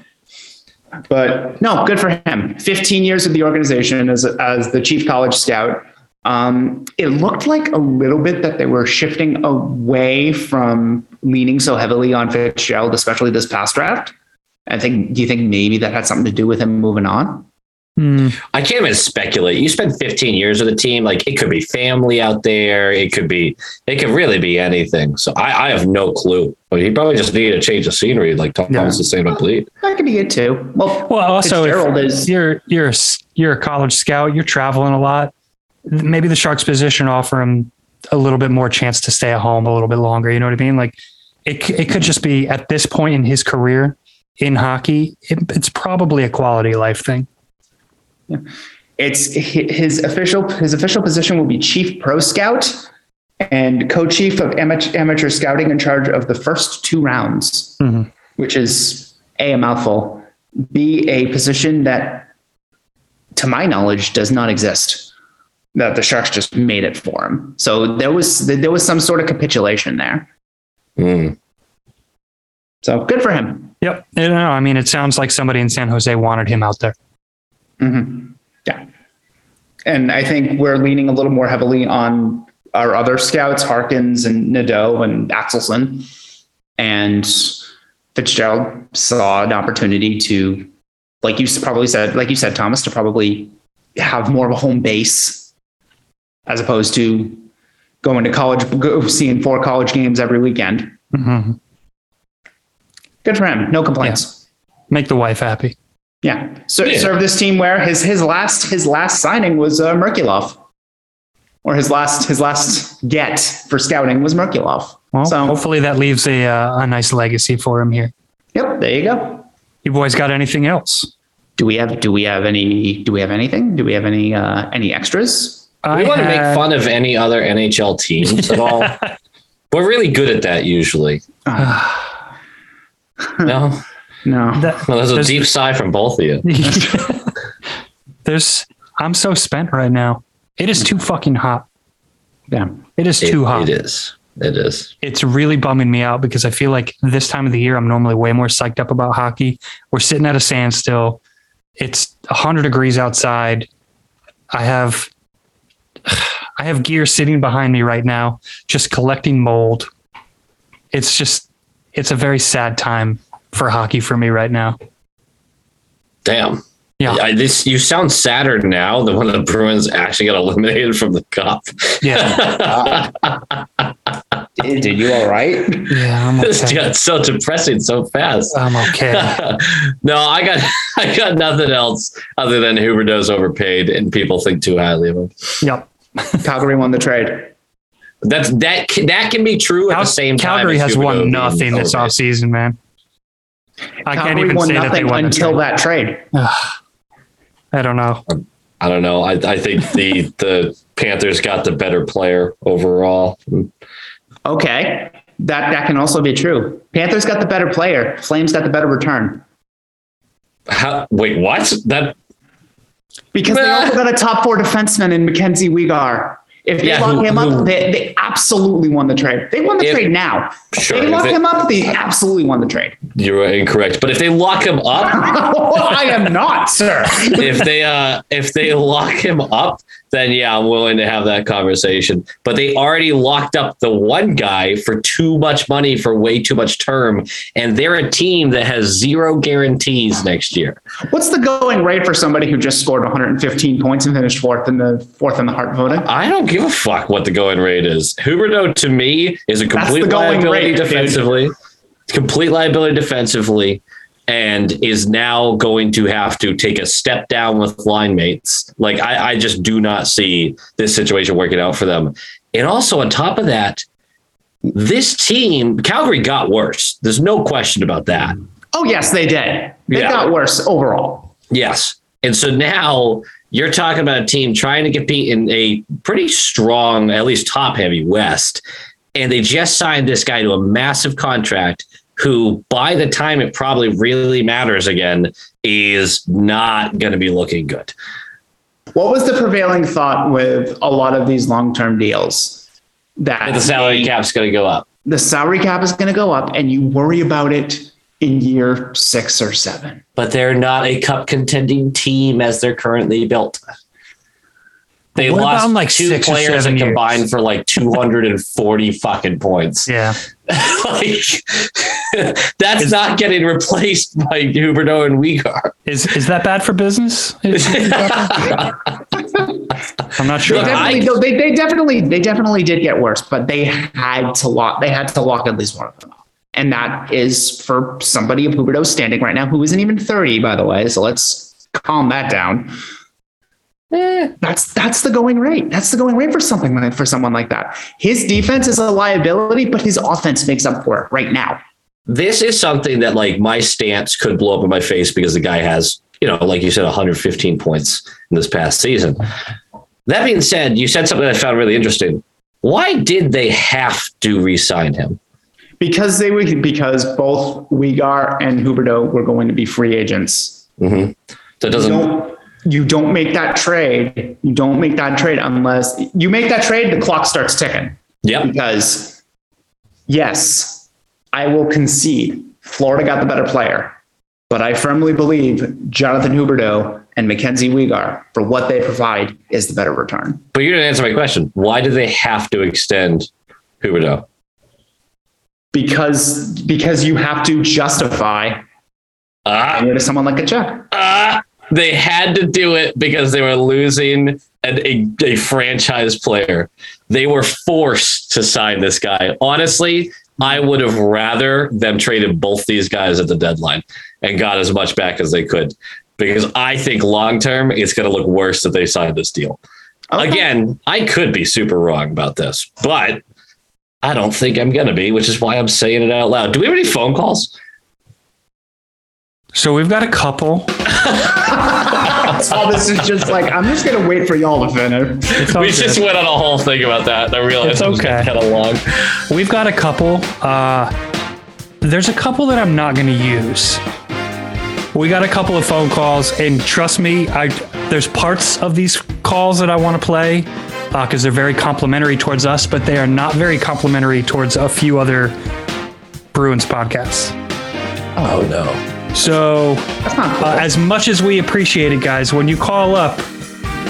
[SPEAKER 4] but no, good for him. Fifteen years with the organization as as the chief college scout. Um, it looked like a little bit that they were shifting away from leaning so heavily on Fitzgerald, especially this past draft. I think. Do you think maybe that had something to do with him moving on?
[SPEAKER 3] Hmm.
[SPEAKER 5] I can't even speculate. You spend 15 years with a team, like it could be family out there, it could be it could really be anything. So I, I have no clue. But he probably just needed a change of scenery, like Tom
[SPEAKER 4] Yeah.
[SPEAKER 5] was the same complete.
[SPEAKER 4] That could be it too. Well,
[SPEAKER 3] Well, also,
[SPEAKER 4] Fitzgerald
[SPEAKER 3] if
[SPEAKER 4] is-
[SPEAKER 3] you're you're a s- you're a college scout. You're traveling a lot. Maybe the Sharks' position offer him a little bit more chance to stay at home a little bit longer. You know what I mean? Like, it c- it could just be at this point in his career in hockey, it, it's probably a quality of life thing.
[SPEAKER 4] It's hi- his official his official position will be chief pro scout and co-chief of amateur, amateur scouting in charge of the first two rounds,
[SPEAKER 3] Mhm.
[SPEAKER 4] which is a, a mouthful, b a position that, to my knowledge, does not exist. That the sharks just made it for him. So there was there was some sort of capitulation there.
[SPEAKER 5] Mm.
[SPEAKER 4] So good for him.
[SPEAKER 3] Yep. No, no, I mean, it sounds like somebody in San Jose wanted him out there.
[SPEAKER 4] hmm Yeah. And I think we're leaning a little more heavily on our other scouts, Harkins and Nadeau and Axelson. And Fitzgerald saw an opportunity to, like you s- probably said, like you said, Thomas, to probably have more of a home base as opposed to going to college, go, seeing four college games every weekend.
[SPEAKER 3] hmm
[SPEAKER 4] Good for him. No complaints.
[SPEAKER 3] Make the wife happy.
[SPEAKER 4] Yeah. So
[SPEAKER 5] Yeah.
[SPEAKER 4] serve this team where his his last his last signing was uh, Merkulov. Or his last his last get for scouting was Merkulov.
[SPEAKER 3] Well,
[SPEAKER 4] So-
[SPEAKER 3] hopefully that leaves a uh, a nice legacy for him here.
[SPEAKER 4] Yep, there you go.
[SPEAKER 3] You boys got anything else?
[SPEAKER 4] Do we have do we have any do we have anything? Do we have any uh any extras?
[SPEAKER 5] We
[SPEAKER 3] I
[SPEAKER 5] want to
[SPEAKER 3] had-
[SPEAKER 5] make fun of any other NHL teams at all. We're really good at that usually. no?
[SPEAKER 4] No.
[SPEAKER 3] that-
[SPEAKER 5] No, there's a
[SPEAKER 3] Uh. There's-
[SPEAKER 5] deep sigh from both of you.
[SPEAKER 3] There's I'm so spent right now. It is too fucking hot.
[SPEAKER 4] yeah.
[SPEAKER 3] It is
[SPEAKER 5] It-
[SPEAKER 3] too hot.
[SPEAKER 5] It is. It is.
[SPEAKER 3] It's really bumming me out because I feel like this time of the year I'm normally way more psyched up about hockey. We're sitting at a standstill. It's 100 degrees outside. I have I have gear sitting behind me right now just collecting mold. It's just it's a very sad time for hockey for me right now.
[SPEAKER 5] Damn.
[SPEAKER 3] Yeah.
[SPEAKER 5] I, this you sound sadder now than when the Bruins actually got eliminated from the cup.
[SPEAKER 3] Yeah.
[SPEAKER 6] Dude, you all right?
[SPEAKER 3] Yeah, I'm
[SPEAKER 5] This
[SPEAKER 3] okay.
[SPEAKER 5] got so depressing so fast.
[SPEAKER 3] I'm okay.
[SPEAKER 5] no, I got I got nothing else other than Huberto's overpaid and people think too highly of him.
[SPEAKER 3] Yep.
[SPEAKER 4] Calgary won the trade.
[SPEAKER 5] That's that can- that can be true at
[SPEAKER 3] Cal-
[SPEAKER 5] the same time.
[SPEAKER 3] Calgary
[SPEAKER 5] as
[SPEAKER 3] has
[SPEAKER 5] Huberdeau
[SPEAKER 3] won
[SPEAKER 5] being
[SPEAKER 3] nothing this
[SPEAKER 5] overpaid.
[SPEAKER 3] offseason, man. I can't
[SPEAKER 4] Calgary
[SPEAKER 3] even
[SPEAKER 4] won
[SPEAKER 3] say that
[SPEAKER 4] nothing
[SPEAKER 3] they won
[SPEAKER 4] until
[SPEAKER 3] until that.
[SPEAKER 4] that trade.
[SPEAKER 3] I don't know.
[SPEAKER 5] I don't know. I, I think the the Panthers got the better player overall.
[SPEAKER 4] Okay. That that can also be true. Panthers got the better player. Flames got the better return.
[SPEAKER 5] How, wait, what? That
[SPEAKER 4] Because they
[SPEAKER 5] Nah.
[SPEAKER 4] also got a top four defenseman in Mackenzie Weegar. If they
[SPEAKER 5] Yeah,
[SPEAKER 4] lock
[SPEAKER 5] who-
[SPEAKER 4] him up,
[SPEAKER 5] who-
[SPEAKER 4] they, they absolutely won the trade. They won the
[SPEAKER 5] If-
[SPEAKER 4] trade now.
[SPEAKER 5] sure.
[SPEAKER 4] they
[SPEAKER 5] if
[SPEAKER 4] lock
[SPEAKER 5] they-
[SPEAKER 4] him up, they absolutely won the trade.
[SPEAKER 5] You were incorrect. But if they lock him up,
[SPEAKER 4] I am not, sir.
[SPEAKER 5] if they uh if they lock him up, then yeah, I'm willing to have that conversation. But they already locked up the one guy for too much money for way too much term, and they're a team that has zero guarantees next year.
[SPEAKER 4] What's the going rate for somebody who just scored 115 points and finished fourth in the fourth in the heart voting?
[SPEAKER 5] I don't give a fuck what the going rate is. Huberto to me is a
[SPEAKER 4] That's
[SPEAKER 5] complete
[SPEAKER 4] the going
[SPEAKER 5] liability
[SPEAKER 4] rate, dude.
[SPEAKER 5] defensively. Complete liability defensively, and is now going to have to take a step down with line mates. Like I, I just do not see this situation working out for them. And also on top of that, this team, Calgary got worse. There's no question about that.
[SPEAKER 4] Oh yes, they did. They
[SPEAKER 5] Yeah.
[SPEAKER 4] got worse overall.
[SPEAKER 5] Yes. And so now you're talking about a team trying to compete in a pretty strong, at least top heavy West. And they just signed this guy to a massive contract who, by the time it probably really matters again, is not going to be looking good.
[SPEAKER 4] What was the prevailing thought with a lot of these long-term deals? That
[SPEAKER 5] And the salary cap's going to go up.
[SPEAKER 4] the salary cap is going to go up, and you worry about it in year six or seven.
[SPEAKER 5] But they're not a cup contending team as they're currently built. They
[SPEAKER 3] What about
[SPEAKER 5] lost
[SPEAKER 3] in, like,
[SPEAKER 5] two
[SPEAKER 3] six or
[SPEAKER 5] players
[SPEAKER 3] seven
[SPEAKER 5] and
[SPEAKER 3] years?
[SPEAKER 5] combined for like 240 fucking points.
[SPEAKER 3] Yeah.
[SPEAKER 5] like that's not getting replaced by Huberto and Uyghur.
[SPEAKER 3] Is is that bad for business? I'm not sure.
[SPEAKER 5] Look,
[SPEAKER 3] how-
[SPEAKER 5] I-
[SPEAKER 4] Definitely, no, they, they definitely they definitely did get worse, but they had to lock they had to lock at least one of them up. And that is for somebody of Huberto's standing right now, who isn't even 30, by the way. So let's calm that down. That's that's the going rate. That's the going rate for something like, for someone like that. His defense is a liability, but his offense makes up for it right now.
[SPEAKER 5] This is something that like my stance could blow up in my face because the guy has, you know, like you said, 115 points in this past season. That being said, you said something I found really interesting. Why did they have to re-sign him?
[SPEAKER 4] Because they were because both Uyghur and Huberto were going to be free agents
[SPEAKER 5] That
[SPEAKER 4] you
[SPEAKER 5] doesn't.
[SPEAKER 4] don't you don't make that trade. You don't make that trade unless you make that trade. The clock starts ticking
[SPEAKER 5] Yep.
[SPEAKER 4] because yes, I will concede Florida got the better player, but I firmly believe Jonathan Huberto and Mackenzie Weegar for what they provide is the better return.
[SPEAKER 5] But you didn't answer my question. Why do they have to extend Huberto?
[SPEAKER 4] Because because you have to justify
[SPEAKER 5] Ah,
[SPEAKER 4] paying to someone like a check.
[SPEAKER 5] Ah, they had to do it because they were losing an, a, a franchise player. They were forced to sign this guy. Honestly, I would have rather them traded both these guys at the deadline and got as much back as they could because I think long term it's going to look worse that they signed this deal.
[SPEAKER 4] Okay.
[SPEAKER 5] Again, I could be super wrong about this, but I don't think I'm going to be, which is why I'm saying it out loud. Do we have any phone calls?
[SPEAKER 3] so we've got a couple.
[SPEAKER 4] So Oh, this is just like I'm just gonna wait for y'all to finish.
[SPEAKER 3] It's all
[SPEAKER 5] we
[SPEAKER 3] good.
[SPEAKER 5] just went on a whole thing about that. And I
[SPEAKER 3] Oh,
[SPEAKER 5] realized
[SPEAKER 3] It's
[SPEAKER 5] it was
[SPEAKER 3] okay.
[SPEAKER 5] kind of long.
[SPEAKER 3] We've got a couple. Uh, there's a couple that I'm not going to use. We got a couple of phone calls, and trust me, I there's parts of these calls that I want to play because they're very complimentary towards us, but they are not very complimentary towards a few other Bruins podcasts.
[SPEAKER 5] Oh no.
[SPEAKER 3] So,
[SPEAKER 4] not
[SPEAKER 3] uh, as much as we appreciate it, guys, when you call up,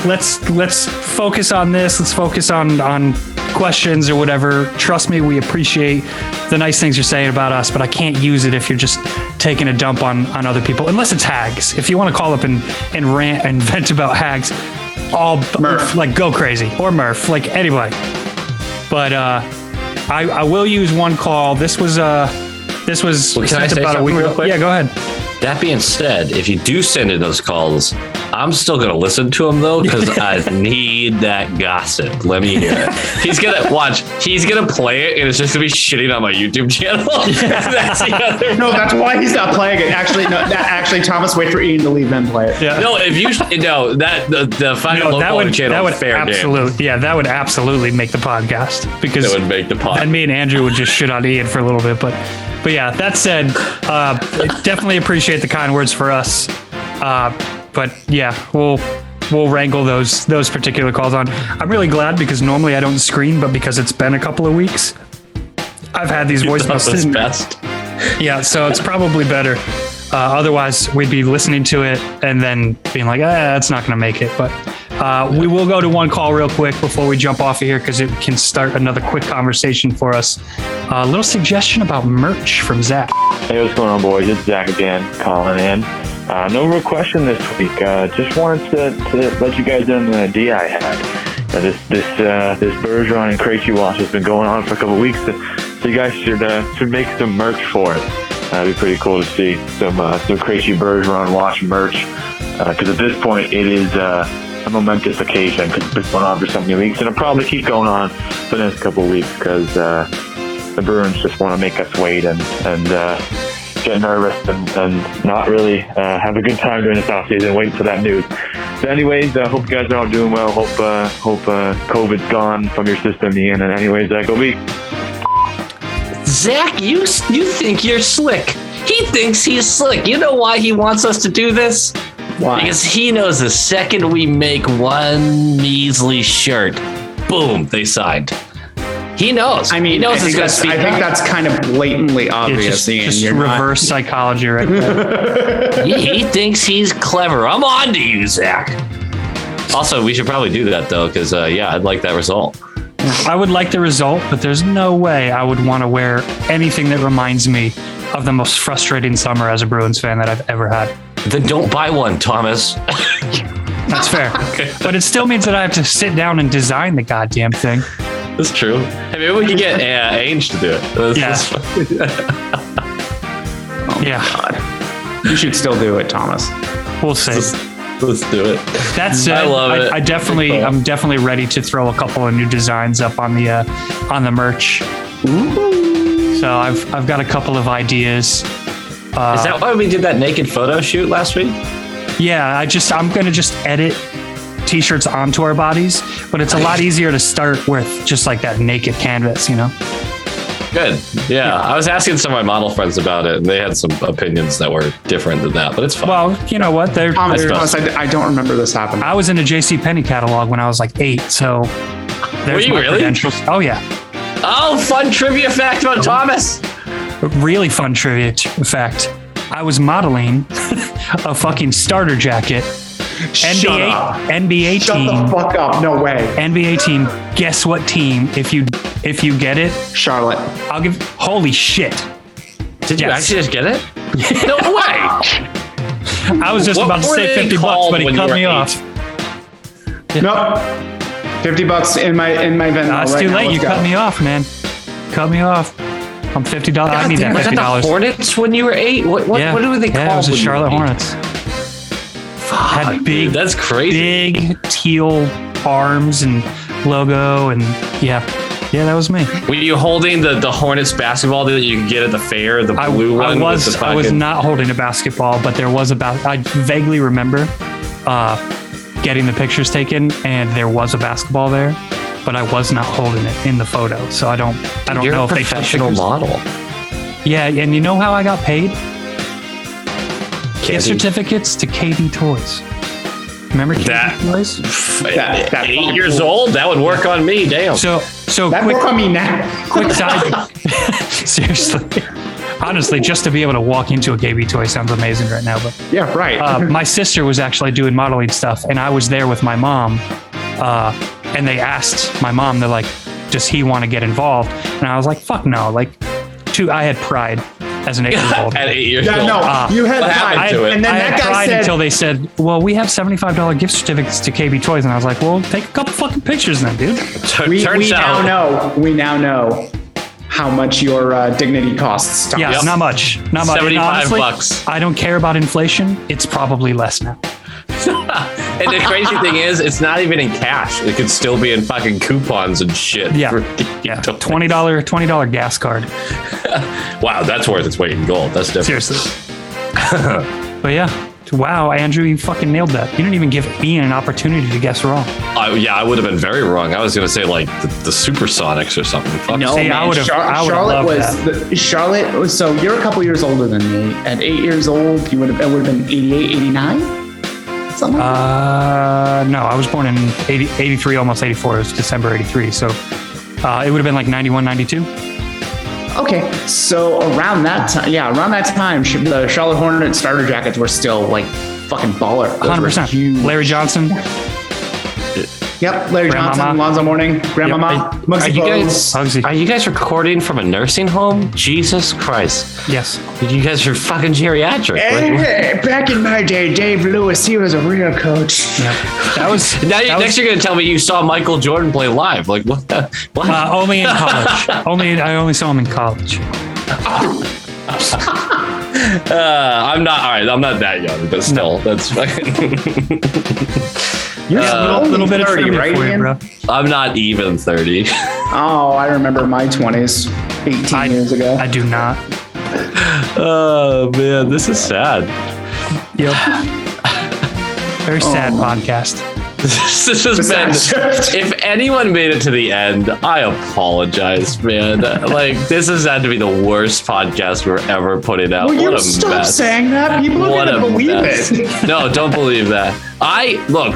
[SPEAKER 3] let's let's focus on this. Let's focus on on questions or whatever. Trust me, we appreciate the nice things you're saying about us, but I can't use it if you're just taking a dump on on other people, unless it's hags. If you want to call up and and rant and vent about hags, all
[SPEAKER 4] Murph.
[SPEAKER 3] like go crazy or Murph, like anybody. But uh, I, I will use one call. This was uh this was
[SPEAKER 5] Well, can I
[SPEAKER 3] sent
[SPEAKER 5] say
[SPEAKER 3] about a
[SPEAKER 5] something
[SPEAKER 3] week
[SPEAKER 5] real
[SPEAKER 3] ago.
[SPEAKER 5] quick?
[SPEAKER 3] Yeah, go ahead.
[SPEAKER 5] That being said, if you do send in those calls, I'm still going to listen to him though because I need that gossip. Let me hear it. He's gonna watch. He's gonna play it, and it's just gonna be shitting on my YouTube channel. That's the other.
[SPEAKER 4] No, that's why he's not playing it. Actually, no, that, actually, Thomas, wait for Ian to leave, then play it.
[SPEAKER 3] Yeah.
[SPEAKER 5] No, if you no that the, the
[SPEAKER 3] No,
[SPEAKER 5] final local
[SPEAKER 3] that would
[SPEAKER 5] channel
[SPEAKER 3] that would
[SPEAKER 5] fair game.
[SPEAKER 3] absolutely yeah that would absolutely make the podcast because
[SPEAKER 5] That would make the pod.
[SPEAKER 3] and me and Andrew would just shit on Ian for a little bit, but but yeah. That said, uh, definitely appreciate the kind words for us. Uh, but yeah, we'll we'll wrangle those those particular calls on. I'm really glad because normally I don't screen, but because it's been a couple of weeks, I've had these
[SPEAKER 5] That was
[SPEAKER 3] voicemails. sitting-
[SPEAKER 5] best.
[SPEAKER 3] Yeah, so it's probably better. Uh, otherwise, we'd be listening to it and then being like, ah, it's not going to make it. But uh, we will go to one call real quick before we jump off of here because it can start another quick conversation for us. A little suggestion about merch from Zach.
[SPEAKER 7] Hey, what's going on, boys? It's Zach again, calling in. Uh, no real question this week. Uh, just wanted to, to let you guys in on an idea I had. Uh, this this uh, this Bergeron and Krejci watch has been going on for a couple weeks, so you guys should uh, should make some merch for it. Uh, it'd be pretty cool to see some uh, some Krejci Bergeron watch merch because at this point it is uh, a momentous occasion because it's been going on for so many weeks, and it'll probably keep going on for the next couple of weeks because. Uh, the Bruins just want to make us wait and and uh, get nervous and, and not really uh, have a good time during this offseason, waiting for that news. So, anyways, uh, hope you guys are all doing well. Hope uh, hope uh, COVID's gone from your system, Ian. And anyways, uh, go Beaks.
[SPEAKER 5] Zach, you you think you're slick. He thinks he's slick. You know why he wants us to do this?
[SPEAKER 4] Why?
[SPEAKER 5] Because he knows the second we make one measly shirt, boom, they signed. He knows.
[SPEAKER 4] I mean,
[SPEAKER 5] he knows
[SPEAKER 4] I,
[SPEAKER 5] it's
[SPEAKER 4] think
[SPEAKER 5] going to
[SPEAKER 4] that's,
[SPEAKER 5] speak.
[SPEAKER 4] I think that's kind of blatantly
[SPEAKER 3] Yeah,
[SPEAKER 4] obvious,
[SPEAKER 3] just
[SPEAKER 4] Ian.
[SPEAKER 3] just
[SPEAKER 4] You're not-
[SPEAKER 3] reverse psychology right there.
[SPEAKER 5] he, he thinks he's clever. I'm on to you, Zach. Also, we should probably do that though, because uh, yeah, I'd like that result.
[SPEAKER 3] I would like the result, but there's no way I would want to wear anything that reminds me of the most frustrating summer as a Bruins fan that I've ever had.
[SPEAKER 5] Then don't buy one, Thomas.
[SPEAKER 3] That's fair. But it still means that I have to sit down and design the goddamn thing.
[SPEAKER 5] That's true. Hey, maybe we can get uh, Ainge to do it. That's-
[SPEAKER 3] Yeah.
[SPEAKER 5] that's fun.
[SPEAKER 3] Yeah,
[SPEAKER 4] you should still do it, Thomas.
[SPEAKER 3] we'll see.
[SPEAKER 5] Let's do it.
[SPEAKER 3] That's said,
[SPEAKER 5] I love it.
[SPEAKER 3] I, definitely, I'm definitely ready to throw a couple of new designs up on the uh, on the merch. So I've I've got a couple of ideas.
[SPEAKER 5] Is that why we did that naked photo shoot last week?
[SPEAKER 3] Yeah, I just I'm gonna just edit t-shirts onto our bodies, but it's a lot easier to start with just like that naked canvas, you know.
[SPEAKER 5] Good. Yeah, I was asking some of my model friends about it, and they had some opinions that were different than that, but it's fun.
[SPEAKER 3] Well, you know what? They're,
[SPEAKER 4] Thomas,
[SPEAKER 5] I
[SPEAKER 4] Thomas, I, I don't remember this happening.
[SPEAKER 3] I was in a JC Penney catalog when I was like eight, so there's
[SPEAKER 5] you
[SPEAKER 3] my
[SPEAKER 5] really?
[SPEAKER 3] credentials. Oh yeah.
[SPEAKER 5] oh, fun trivia fact about Thomas.
[SPEAKER 3] really fun trivia t- fact. I was modeling a fucking starter jacket.
[SPEAKER 4] Shut
[SPEAKER 3] NBA,
[SPEAKER 4] up.
[SPEAKER 3] NBA
[SPEAKER 4] Shut
[SPEAKER 3] team.
[SPEAKER 4] the fuck up. No way.
[SPEAKER 3] NBA team. Guess what team? If you if you get it,
[SPEAKER 4] Charlotte.
[SPEAKER 3] I'll give. Holy shit!
[SPEAKER 5] Did you
[SPEAKER 3] Yes.
[SPEAKER 5] actually just get it? No way.
[SPEAKER 3] I was just
[SPEAKER 5] What
[SPEAKER 3] about to
[SPEAKER 5] were
[SPEAKER 3] say
[SPEAKER 5] they
[SPEAKER 3] fifty bucks,
[SPEAKER 5] called
[SPEAKER 3] but it
[SPEAKER 5] when you
[SPEAKER 3] cut
[SPEAKER 5] were
[SPEAKER 3] me
[SPEAKER 5] eight?
[SPEAKER 3] off.
[SPEAKER 4] Nope. Fifty bucks in my in my Venmo.
[SPEAKER 3] No, Ah, it's
[SPEAKER 4] right
[SPEAKER 3] too
[SPEAKER 4] now.
[SPEAKER 3] late.
[SPEAKER 4] Let's
[SPEAKER 3] You
[SPEAKER 4] go.
[SPEAKER 3] cut me off, man. Cut me off. I'm fifty dollars. I need that
[SPEAKER 5] Was
[SPEAKER 3] fifty
[SPEAKER 5] that the
[SPEAKER 3] dollars.
[SPEAKER 5] Hornets when you were eight? What what,
[SPEAKER 3] Yeah,
[SPEAKER 5] what were they called?
[SPEAKER 3] yeah, it was the
[SPEAKER 5] when you were
[SPEAKER 3] Charlotte
[SPEAKER 5] eight?
[SPEAKER 3] Hornets.
[SPEAKER 5] Fuck,
[SPEAKER 3] Had
[SPEAKER 5] dude,
[SPEAKER 3] big-
[SPEAKER 5] that's crazy.
[SPEAKER 3] Big teal arms and logo and yeah, yeah, that was me.
[SPEAKER 5] Were you holding the, the Hornets basketball that you could get at the fair? The
[SPEAKER 3] I,
[SPEAKER 5] blue
[SPEAKER 3] I
[SPEAKER 5] one. with
[SPEAKER 3] was
[SPEAKER 5] the
[SPEAKER 3] I was
[SPEAKER 5] fucking-
[SPEAKER 3] not holding a basketball, but there was a bas- I vaguely remember uh, getting the pictures taken, and there was a basketball there, but I was not holding it in the photo, so I don't I don't
[SPEAKER 5] You're
[SPEAKER 3] know
[SPEAKER 5] a
[SPEAKER 3] if they took
[SPEAKER 5] professional
[SPEAKER 3] pictures.
[SPEAKER 5] model.
[SPEAKER 3] Yeah, and you know how I got paid? Gift
[SPEAKER 5] Candy.
[SPEAKER 3] certificates to KD Toys. Remember KD
[SPEAKER 5] That-
[SPEAKER 3] Toys?
[SPEAKER 4] That- that
[SPEAKER 5] eight
[SPEAKER 4] fucking
[SPEAKER 5] years
[SPEAKER 4] cool.
[SPEAKER 5] old, that would work on me. Damn.
[SPEAKER 3] So so
[SPEAKER 4] That
[SPEAKER 3] quick
[SPEAKER 4] work on me now.
[SPEAKER 3] quick side. Seriously. Honestly, just to be able to walk into a KB toy sounds amazing right now, but
[SPEAKER 4] Yeah, right.
[SPEAKER 3] uh, my sister was actually doing modeling stuff, and I was there with my mom. Uh, and they asked my mom, they're like, "Does he want to get involved?" And I was like, "Fuck no!" Like, two, I had pride as an eight-year-old.
[SPEAKER 5] at eight years
[SPEAKER 4] yeah,
[SPEAKER 5] old.
[SPEAKER 4] no,
[SPEAKER 3] uh,
[SPEAKER 4] you had
[SPEAKER 5] what
[SPEAKER 4] time.
[SPEAKER 5] happened to it?
[SPEAKER 4] and then
[SPEAKER 3] I
[SPEAKER 4] that
[SPEAKER 3] had
[SPEAKER 4] guy
[SPEAKER 3] pride
[SPEAKER 4] said,
[SPEAKER 3] until they said, "Well, we have seventy-five dollar gift certificates to KB Toys," and I was like, "Well, take a couple fucking pictures then, dude."
[SPEAKER 5] Tur-
[SPEAKER 4] "We,
[SPEAKER 5] turns
[SPEAKER 4] we
[SPEAKER 5] out,
[SPEAKER 4] now know. We now know." how much your uh, dignity costs. Tom.
[SPEAKER 3] Yeah,
[SPEAKER 5] Yep.
[SPEAKER 3] not much. Not much. And
[SPEAKER 5] 75
[SPEAKER 3] honestly,
[SPEAKER 5] bucks.
[SPEAKER 3] I don't care about inflation. It's probably less now.
[SPEAKER 5] And the crazy thing is, it's not even in cash. It could still be in fucking coupons and shit.
[SPEAKER 3] Yeah.
[SPEAKER 5] for-
[SPEAKER 3] Yeah. Twenty dollar twenty dollar gas card.
[SPEAKER 5] Wow, that's worth its weight in gold. That's different.
[SPEAKER 3] Seriously. but yeah. Wow, Andrew, you fucking nailed that. You didn't even give Ian an opportunity to guess wrong.
[SPEAKER 5] I, yeah, I would have been very wrong. I was going to say like the, the Supersonics or something. Fuck.
[SPEAKER 4] No,
[SPEAKER 3] See, I
[SPEAKER 4] Oh, man.
[SPEAKER 3] would've-
[SPEAKER 4] Char-
[SPEAKER 3] I would've
[SPEAKER 4] Charlotte
[SPEAKER 3] loved
[SPEAKER 4] was the, Charlotte. Was, so you're a couple years older than me. At eight years old, you would have it would have been 88, 89, something. like
[SPEAKER 3] Uh, no, I was born in 80, 83, almost 84. It was December 83. So uh, it would have been like 91, 92.
[SPEAKER 4] that. Okay, so around that time, yeah, around that time, sh- the Charlotte Hornet starter jackets were still like fucking baller. Those were
[SPEAKER 3] 100%.
[SPEAKER 4] huge.
[SPEAKER 3] Larry Johnson.
[SPEAKER 4] Yep, Larry
[SPEAKER 3] Grandmama.
[SPEAKER 4] Johnson, Lonzo Morning, Grandmama,
[SPEAKER 5] Are, are
[SPEAKER 4] Muggsy
[SPEAKER 5] you
[SPEAKER 4] Bogues.
[SPEAKER 5] guys
[SPEAKER 3] Bugsy.
[SPEAKER 5] are you guys recording from a nursing home? Jesus Christ!
[SPEAKER 3] Yes.
[SPEAKER 5] You guys are fucking geriatric. Like,
[SPEAKER 4] Hey, back in my day, Dave Lewis, he was a real coach.
[SPEAKER 3] That was
[SPEAKER 5] now you,
[SPEAKER 3] that was-
[SPEAKER 5] next you're gonna tell me you saw Michael Jordan play live. Like what? The, what?
[SPEAKER 3] Uh, only in college. only I only saw him in college.
[SPEAKER 5] Uh, I'm not. All right, I'm not that young, but still, that's fucking.
[SPEAKER 4] You're
[SPEAKER 3] A
[SPEAKER 4] only
[SPEAKER 3] Uh, little bit of
[SPEAKER 4] 30,
[SPEAKER 3] trivia
[SPEAKER 4] right,
[SPEAKER 3] for you,
[SPEAKER 4] Ian?
[SPEAKER 3] bro.
[SPEAKER 5] I'm not even thirty.
[SPEAKER 4] Oh, I remember my 20s, 18
[SPEAKER 3] I-
[SPEAKER 4] years ago.
[SPEAKER 3] I do not.
[SPEAKER 5] Oh man, this is sad.
[SPEAKER 3] Yep. Very sad
[SPEAKER 4] Oh.
[SPEAKER 3] podcast.
[SPEAKER 5] This has been.
[SPEAKER 4] Besides-
[SPEAKER 5] If anyone made it to the end, I apologize, man. like this has had to be the worst podcast we're ever putting out.
[SPEAKER 4] Will
[SPEAKER 5] what
[SPEAKER 4] you
[SPEAKER 5] a
[SPEAKER 4] stop
[SPEAKER 5] mess.
[SPEAKER 4] saying that? People are
[SPEAKER 5] What
[SPEAKER 4] going to
[SPEAKER 5] a
[SPEAKER 4] believe
[SPEAKER 5] mess.
[SPEAKER 4] it.
[SPEAKER 5] no, don't believe that. I look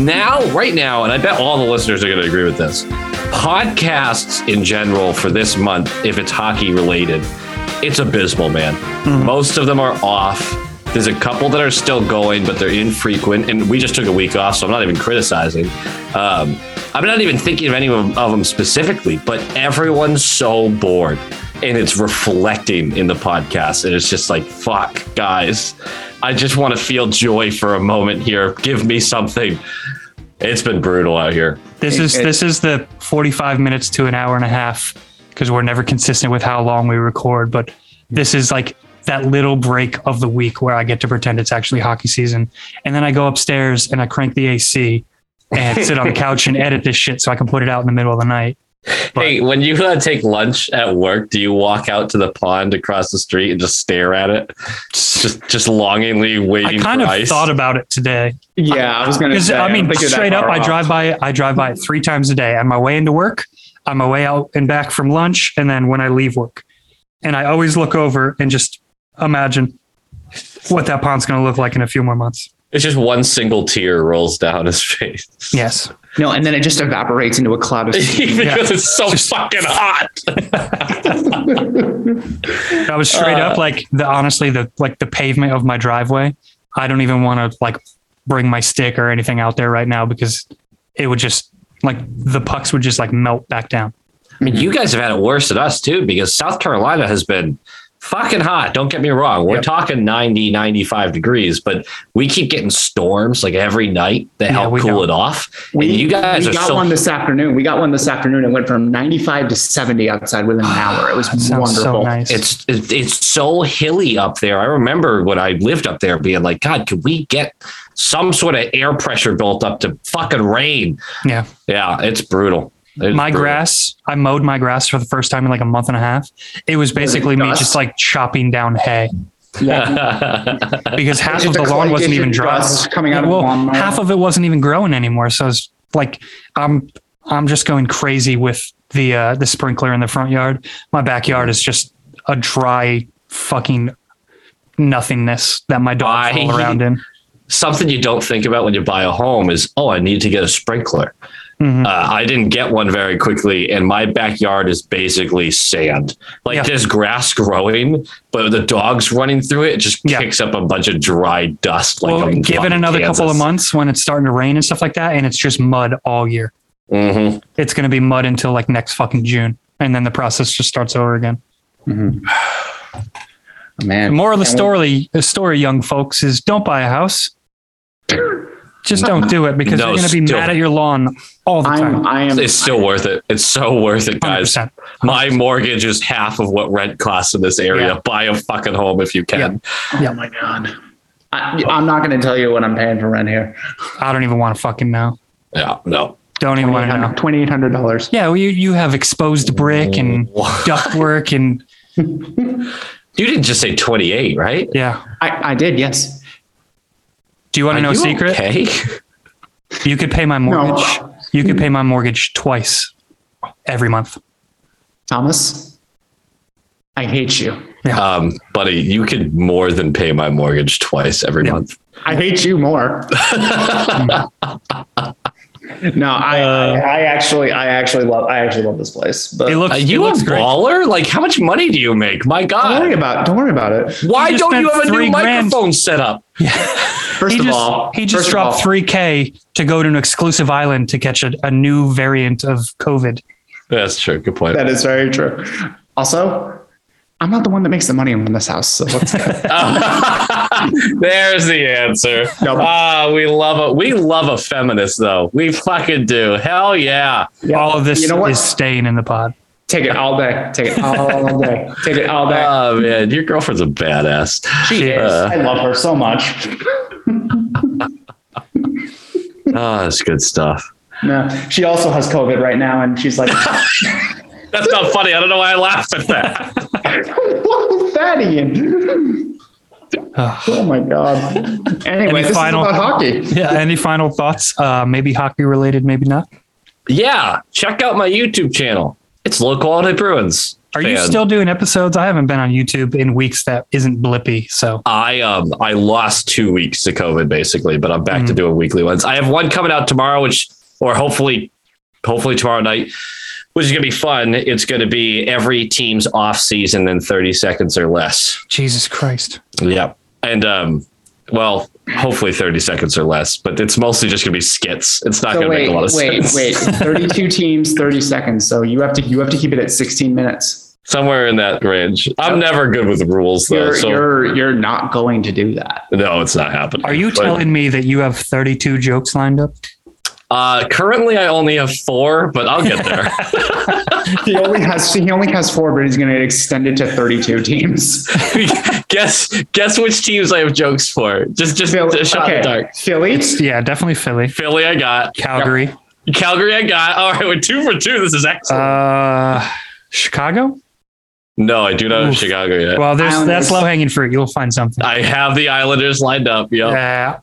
[SPEAKER 5] now, right now, and I bet all the listeners are going to agree with this. Podcasts in general for this month, if it's hockey related, it's abysmal, man.
[SPEAKER 4] Mm-hmm.
[SPEAKER 5] Most of them are off. There's a couple that are still going, but they're infrequent. And we just took a week off, so I'm not even criticizing. Um, I'm not even thinking of any of them, of them specifically, but everyone's so bored and it's reflecting in the podcast. And it's just like, fuck, guys, I just want to feel joy for a moment here. Give me something. It's been brutal out here.
[SPEAKER 3] This is this is the 45 minutes to an hour and a half because we're never consistent with how long we record, but this is like that little break of the week where I get to pretend it's actually hockey season. And then I go upstairs and I crank the AC and sit on the couch and edit this shit so I can put it out in the middle of the night. But-
[SPEAKER 5] Hey, when you uh, take lunch at work, do you walk out to the pond across the street and just stare at it, just just longingly
[SPEAKER 3] I
[SPEAKER 5] waiting
[SPEAKER 3] kind
[SPEAKER 5] for
[SPEAKER 3] of
[SPEAKER 5] ice?
[SPEAKER 3] thought about it today.
[SPEAKER 4] Yeah, I was going to
[SPEAKER 3] Because
[SPEAKER 4] say.
[SPEAKER 3] I mean,
[SPEAKER 4] don't think you're that
[SPEAKER 3] straight up,
[SPEAKER 4] far
[SPEAKER 3] I
[SPEAKER 4] off.
[SPEAKER 3] drive by. it- I drive by it three times a day. On my way into work, on my way out and back from lunch, and then when I leave work. And I always look over and just imagine what that pond's going to look like in a few more months.
[SPEAKER 5] it's just one single tear rolls down his face.
[SPEAKER 3] Yes,
[SPEAKER 4] No, and then it just evaporates into a cloud of steam.
[SPEAKER 5] because it's
[SPEAKER 3] Oh,
[SPEAKER 5] so fucking hot.
[SPEAKER 3] I was straight
[SPEAKER 4] Uh.
[SPEAKER 3] up like the honestly the like the pavement of my driveway. I don't even want to like bring my stick or anything out there right now because it would just like the pucks would just like melt back down.
[SPEAKER 5] I mean, you guys have had it worse than us too, because South Carolina has been fucking hot. Don't get me wrong. We're talking 90, 95 degrees, but we keep getting storms like every night that help
[SPEAKER 3] we
[SPEAKER 5] cool
[SPEAKER 3] don't.
[SPEAKER 5] it off.
[SPEAKER 4] We,
[SPEAKER 5] and you guys
[SPEAKER 4] we
[SPEAKER 5] are
[SPEAKER 4] got
[SPEAKER 5] so
[SPEAKER 4] one this afternoon. We got one this afternoon. It went from 95 to 70 outside within an hour. It was
[SPEAKER 3] Sounds so
[SPEAKER 4] wonderful.
[SPEAKER 3] nice.
[SPEAKER 5] it's it- it's so hilly up there. I remember when I lived up there being like, God, could we get some sort of air pressure built up to fucking rain?
[SPEAKER 3] yeah.
[SPEAKER 5] Yeah, it's brutal. It's
[SPEAKER 3] my
[SPEAKER 5] brutal.
[SPEAKER 3] grass i mowed my grass for the first time in like a month and a half it was basically me
[SPEAKER 4] dust?
[SPEAKER 3] just like chopping down hay because half
[SPEAKER 4] It's
[SPEAKER 3] of
[SPEAKER 4] just
[SPEAKER 3] the
[SPEAKER 4] a
[SPEAKER 3] lawn
[SPEAKER 4] clay
[SPEAKER 3] wasn't
[SPEAKER 4] dish
[SPEAKER 3] even
[SPEAKER 4] of
[SPEAKER 3] dry
[SPEAKER 4] dust coming out of the
[SPEAKER 3] well
[SPEAKER 4] lawnmower.
[SPEAKER 3] half of it wasn't even growing anymore so it's like i'm i'm just going crazy with the uh the sprinkler in the front yard my backyard is just a dry fucking nothingness that my dogs
[SPEAKER 5] Why?
[SPEAKER 3] all around in
[SPEAKER 5] something you don't think about when you buy a home is oh i need to get a sprinkler
[SPEAKER 3] Mm-hmm.
[SPEAKER 5] uh, i didn't get one very quickly and my backyard is basically sand like
[SPEAKER 3] Yeah.
[SPEAKER 5] there's grass growing but the dogs running through it just
[SPEAKER 3] Yeah.
[SPEAKER 5] kicks up a bunch of dry dust like
[SPEAKER 3] well
[SPEAKER 5] I'm
[SPEAKER 3] give it
[SPEAKER 5] bloody
[SPEAKER 3] another
[SPEAKER 5] Kansas.
[SPEAKER 3] couple of months when it's starting to rain and stuff like that and it's just mud all year
[SPEAKER 5] Mhm.
[SPEAKER 3] it's going to be mud until like next fucking june and then the process just starts over again
[SPEAKER 4] Man. Mm-hmm. Oh,
[SPEAKER 3] The moral of the story, the story, young folks, is don't buy a house. Just don't do it because
[SPEAKER 5] No,
[SPEAKER 3] you're going to be
[SPEAKER 5] still-
[SPEAKER 3] mad at your lawn all the
[SPEAKER 4] I'm,
[SPEAKER 3] time.
[SPEAKER 4] I am.
[SPEAKER 5] It's still worth it. It's so worth it, guys.
[SPEAKER 3] 100%.
[SPEAKER 5] My mortgage is half of what rent costs in this area.
[SPEAKER 3] Yeah.
[SPEAKER 5] Buy a fucking home if you can.
[SPEAKER 4] Oh my god. I, I'm not going to tell you what I'm paying for rent here.
[SPEAKER 3] I don't even want to fucking know.
[SPEAKER 5] Yeah, no.
[SPEAKER 3] Don't even want to know.
[SPEAKER 4] Twenty eight hundred dollars.
[SPEAKER 3] Yeah, well, you, you have exposed brick and
[SPEAKER 5] What?
[SPEAKER 3] ductwork and
[SPEAKER 5] You didn't just say 28, right?
[SPEAKER 3] yeah.
[SPEAKER 4] I, I did. Yes.
[SPEAKER 3] Do you want to know
[SPEAKER 5] Are
[SPEAKER 3] a
[SPEAKER 5] you
[SPEAKER 3] secret?
[SPEAKER 5] Okay?
[SPEAKER 3] You could pay my mortgage. You could pay my mortgage twice every month.
[SPEAKER 4] Thomas, I hate you.
[SPEAKER 5] Um, buddy, you could more than pay my mortgage twice every
[SPEAKER 3] Yeah.
[SPEAKER 5] month.
[SPEAKER 4] I hate you more. no, I,
[SPEAKER 3] Uh,
[SPEAKER 4] I, I actually, I actually love, I actually love this place. But
[SPEAKER 3] It looks
[SPEAKER 5] Are
[SPEAKER 3] it
[SPEAKER 5] Uh, you a
[SPEAKER 3] looks great.
[SPEAKER 5] baller? Like, how much money do you make? My
[SPEAKER 4] don't worry
[SPEAKER 5] God.
[SPEAKER 4] about, don't worry about it.
[SPEAKER 5] Why
[SPEAKER 3] You just
[SPEAKER 5] don't you
[SPEAKER 3] spent
[SPEAKER 5] have a
[SPEAKER 3] three
[SPEAKER 5] new
[SPEAKER 3] grand.
[SPEAKER 5] microphone set up?
[SPEAKER 4] First
[SPEAKER 3] He
[SPEAKER 4] of
[SPEAKER 3] just,
[SPEAKER 4] all,
[SPEAKER 3] he just
[SPEAKER 4] first of
[SPEAKER 3] dropped
[SPEAKER 4] all,
[SPEAKER 3] three k to go to an exclusive island to catch a, a new variant of COVID.
[SPEAKER 5] That's true. Good point.
[SPEAKER 4] That is very true. Also, I'm not the one that makes the money in this house. So let's go.
[SPEAKER 5] There's the answer.
[SPEAKER 4] Nope.
[SPEAKER 5] Ah, we love a we love a feminist though. We fucking do. Hell yeah.
[SPEAKER 3] All of this
[SPEAKER 4] You know what?
[SPEAKER 3] is staying in the pod.
[SPEAKER 4] Take it all day. Take it all day. Take it all day.
[SPEAKER 5] Oh man, your girlfriend's a badass.
[SPEAKER 4] she is.
[SPEAKER 5] uh,
[SPEAKER 4] I love her so much.
[SPEAKER 5] Oh, that's good stuff.
[SPEAKER 4] No, she also has COVID right now, and she's like,
[SPEAKER 5] That's not funny. I don't know why I laughed at that.
[SPEAKER 4] "What was that, Ian?" oh my god. Anyway, this
[SPEAKER 3] final-
[SPEAKER 4] is about hockey.
[SPEAKER 3] Yeah. Any final thoughts? Uh, maybe hockey related, maybe not.
[SPEAKER 5] yeah, check out my YouTube channel. It's local quality Bruins.
[SPEAKER 3] Are you
[SPEAKER 5] fan.
[SPEAKER 3] still doing episodes? I haven't been on YouTube in weeks that isn't blippy. So
[SPEAKER 5] I um I lost two weeks to COVID basically, but I'm
[SPEAKER 3] Mm.
[SPEAKER 5] back to doing weekly ones. I have one coming out tomorrow, which or hopefully hopefully tomorrow night, which is gonna be fun. It's gonna be every team's off season in 30 seconds or less.
[SPEAKER 3] Jesus Christ.
[SPEAKER 5] Yeah. And um well, hopefully 30 seconds or less, but it's mostly just gonna be skits. It's not
[SPEAKER 4] So
[SPEAKER 5] gonna
[SPEAKER 4] wait,
[SPEAKER 5] make a lot of
[SPEAKER 4] wait,
[SPEAKER 5] sense.
[SPEAKER 4] wait. Thirty-two teams, thirty seconds. So you have to you have to keep it at sixteen minutes.
[SPEAKER 5] Somewhere in that range. I'm never good with the rules though.
[SPEAKER 4] You're
[SPEAKER 5] so
[SPEAKER 4] you're you're not going to do that.
[SPEAKER 5] no, it's not happening.
[SPEAKER 3] Are you
[SPEAKER 5] But-
[SPEAKER 3] telling me that you have 32 jokes lined up?
[SPEAKER 5] uh currently I only have four, but I'll get there.
[SPEAKER 4] He only has he only has four, but he's going to extend it to thirty-two teams.
[SPEAKER 5] guess guess which teams I have jokes for. Just just,
[SPEAKER 4] Phil-
[SPEAKER 5] just shot in the
[SPEAKER 4] okay,
[SPEAKER 5] dark.
[SPEAKER 4] Philly.
[SPEAKER 3] Yeah, definitely Philly,
[SPEAKER 5] Philly, I got
[SPEAKER 3] Calgary,
[SPEAKER 5] Calgary, I got. All right, we're two for two. This is excellent.
[SPEAKER 3] uh, Chicago.
[SPEAKER 5] no, I do not have
[SPEAKER 3] oof.
[SPEAKER 5] Chicago yet.
[SPEAKER 3] Well, there's
[SPEAKER 4] Islanders.
[SPEAKER 3] that's low hanging fruit. You'll find something.
[SPEAKER 5] I have the Islanders lined up. Yep.
[SPEAKER 3] Yeah.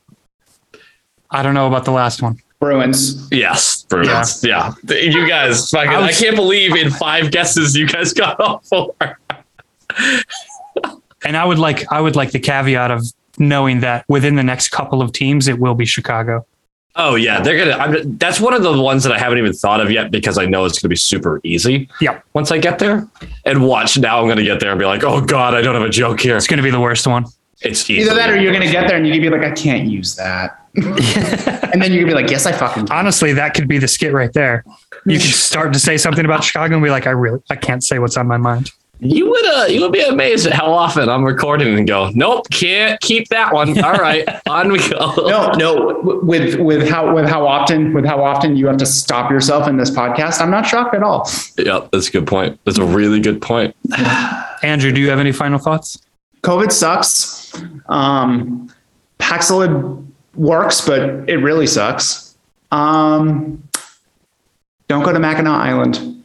[SPEAKER 3] I don't know about the last one.
[SPEAKER 4] Bruins.
[SPEAKER 5] Yes, Bruins. Yeah. you guys. Fucking,
[SPEAKER 3] I
[SPEAKER 5] I,
[SPEAKER 3] was-
[SPEAKER 5] can't believe in five guesses you guys got all four.
[SPEAKER 3] And I would like I would like the caveat of knowing that within the next couple of teams it will be Chicago.
[SPEAKER 5] Oh yeah, they're gonna. I'm, that's one of the ones that I haven't even thought of yet because I know it's gonna be super easy.
[SPEAKER 3] Yep.
[SPEAKER 5] Once I get there, and watch now, I'm gonna get there and be like, oh god, I don't have a joke here.
[SPEAKER 3] It's going to be the worst one.
[SPEAKER 5] It's
[SPEAKER 4] Either that, or
[SPEAKER 5] easily-
[SPEAKER 4] you're going to get there and you're going to be like, I can't use that. and then you're going to be like, Yes, I fucking. do."
[SPEAKER 3] Honestly, that could be the skit right there. You could start to say something about Chicago and be like, I really I can't say what's on my mind.
[SPEAKER 5] You would uh, you would be amazed at how often I'm recording and go, nope, can't keep that one. All right, on we go.
[SPEAKER 4] No, no. w- With with how with how often with how often you have to stop yourself in this podcast, I'm not shocked at all.
[SPEAKER 5] Yep, that's a good point. That's a really good point.
[SPEAKER 3] Andrew, do you have any final thoughts?
[SPEAKER 4] COVID sucks. Um, Paxilid works, but it really sucks. Um, don't go to Mackinac Island.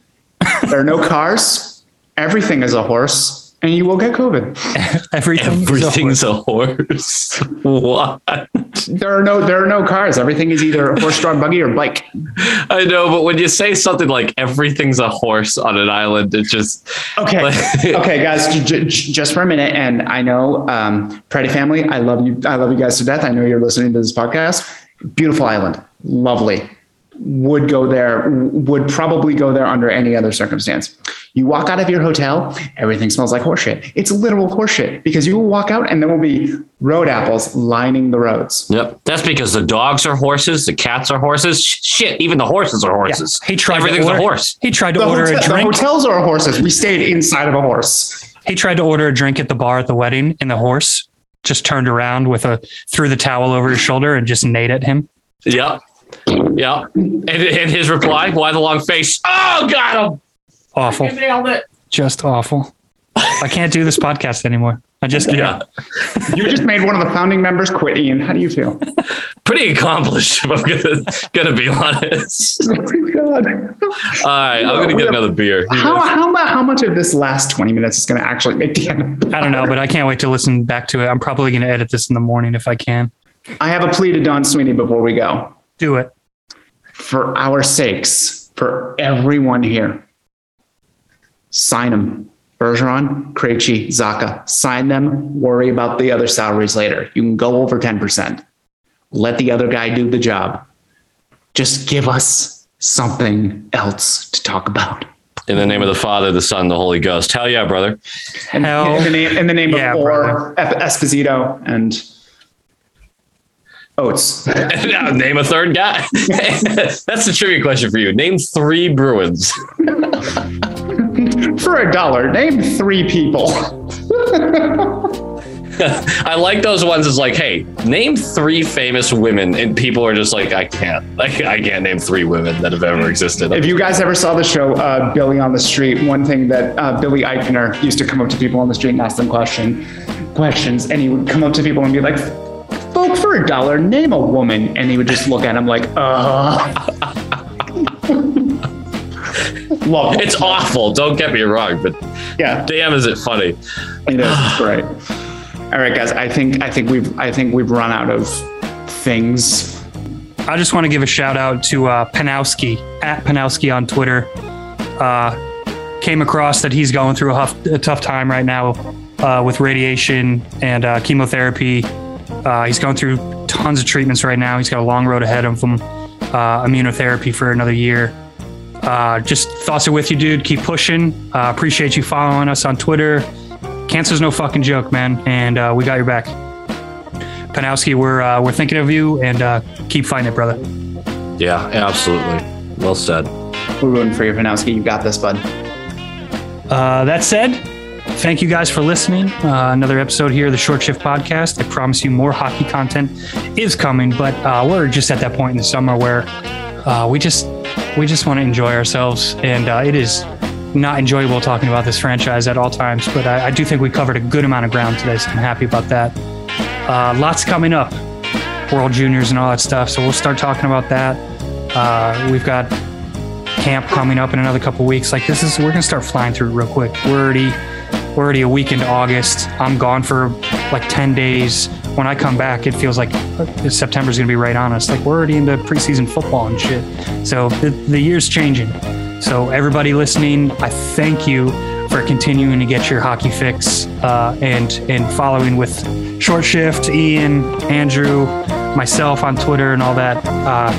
[SPEAKER 4] There are no cars. Everything is a horse, and you will get COVID.
[SPEAKER 3] Everything. is over.
[SPEAKER 5] Everything's a horse. what?
[SPEAKER 4] There are no there are no cars. Everything is either horse-drawn buggy or bike.
[SPEAKER 5] I know, but when you say something like everything's a horse on an island, it just
[SPEAKER 4] Okay,
[SPEAKER 5] Like-
[SPEAKER 4] okay, guys, j- j- just for a minute. And I know, um, Pretty family, I love you. I love you guys to death. I know you're listening to this podcast. Beautiful island, lovely. Would go there. Would probably go there under any other circumstance. You walk out of your hotel, everything smells like horseshit. It's literal horseshit because you will walk out and there will be road apples lining the roads.
[SPEAKER 5] Yep. That's because the dogs are horses, the cats are horses. Sh- Shit, even the horses are horses.
[SPEAKER 3] He tried
[SPEAKER 5] everything's
[SPEAKER 3] to
[SPEAKER 5] a
[SPEAKER 3] order,
[SPEAKER 5] horse.
[SPEAKER 3] He tried to
[SPEAKER 4] The,
[SPEAKER 3] order
[SPEAKER 4] hotel-
[SPEAKER 3] a
[SPEAKER 4] the
[SPEAKER 3] drink.
[SPEAKER 4] hotels are horses. We stayed inside of a horse.
[SPEAKER 3] He tried to order a drink at the bar at the wedding, and the horse just turned around with a threw the towel over his shoulder and just neighed at him.
[SPEAKER 5] Yep. Yep. And, and his reply, why the long face? Oh, got him.
[SPEAKER 3] Awful.
[SPEAKER 5] Nailed it.
[SPEAKER 3] Just awful. I can't do this podcast anymore. I just can't.
[SPEAKER 5] Yeah.
[SPEAKER 4] You just made one of the founding members quit, Ian. How do you feel?
[SPEAKER 5] Pretty accomplished, if I'm gonna, gonna be honest.
[SPEAKER 4] Oh my God.
[SPEAKER 5] All right, I'm gonna get another beer.
[SPEAKER 4] How, how, mu- how much of this last 20 minutes is going to actually make the end?
[SPEAKER 3] I don't know, but I can't wait to listen back to it. I'm probably going to edit this in the morning if I can.
[SPEAKER 4] I have a plea to Don Sweeney before we go.
[SPEAKER 3] Do it.
[SPEAKER 4] For our sakes, for everyone here, sign them. Bergeron, Krejci, Zaka, sign them. Worry about the other salaries later. You can go over 10%. Let the other guy do the job. Just give us something else to talk about.
[SPEAKER 5] In the name of the Father, the Son, the Holy Ghost. Hell yeah, brother.
[SPEAKER 4] And
[SPEAKER 3] Hell
[SPEAKER 4] in the name, in the name
[SPEAKER 3] yeah,
[SPEAKER 4] of Orr, Ep- Esposito, and oh, Oates.
[SPEAKER 5] Now, name a third guy. That's the trivia question for you. Name three Bruins.
[SPEAKER 4] For a dollar, name three people.
[SPEAKER 5] I like those ones. It's like, hey, name three famous women, and people are just like, I can't. Like, I can't name three women that have ever existed.
[SPEAKER 4] If you guys ever saw the show uh, Billy on the Street, one thing that uh, Billy Eichner used to come up to people on the street and ask them question, questions, and he would come up to people and be like, "Folk, for a dollar, name a woman," and he would just look at him like, "Uh." Love it.
[SPEAKER 5] It's awful. Don't get me wrong, but
[SPEAKER 4] Yeah.
[SPEAKER 5] damn, is it funny?
[SPEAKER 4] It is It's great. All right, guys. I think I think we've I think we've run out of things.
[SPEAKER 3] I just want to give a shout out to uh, Panowski at Panowski on Twitter. Uh, came across that he's going through a, huff, a tough time right now uh, with radiation and uh, chemotherapy. Uh, he's going through tons of treatments right now. He's got a long road ahead of him. Uh, immunotherapy for another year. Uh, just thoughts are with you, dude. Keep pushing. Uh, appreciate you following us on Twitter. Cancer's no fucking joke, man, and uh, we got your back. Panowski, we're uh, we're thinking of you, and uh, keep fighting it, brother.
[SPEAKER 5] Yeah, absolutely. Well said.
[SPEAKER 4] We're rooting for you, Panowski. You got this, bud.
[SPEAKER 3] Uh, that said, thank you guys for listening. Uh, another episode here of the Short Shift Podcast. I promise you more hockey content is coming, but uh, we're just at that point in the summer where uh, we just we just want to enjoy ourselves, and uh, it is not enjoyable talking about this franchise at all times. But I, I do think we covered a good amount of ground today, so I'm happy about that. Uh, lots coming up, World Juniors and all that stuff. So we'll start talking about that. Uh, we've got camp coming up in another couple weeks. Like this is we're gonna start flying through it real quick. We're already we're already a week into August. I'm gone for like ten days. When I come back, it feels like uh, September's gonna be right on us. Like we're already into preseason football and shit. So the, the year's changing. So everybody listening, I thank you for continuing to get your hockey fix uh, and and following with short shift, Ian, Andrew, myself on Twitter and all that. Uh,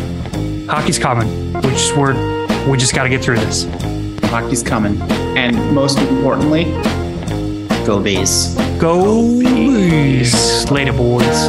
[SPEAKER 3] hockey's coming. We just we're, we just got to get through this.
[SPEAKER 4] Hockey's coming, and most importantly, go bees.
[SPEAKER 3] Go Bees. later, boys.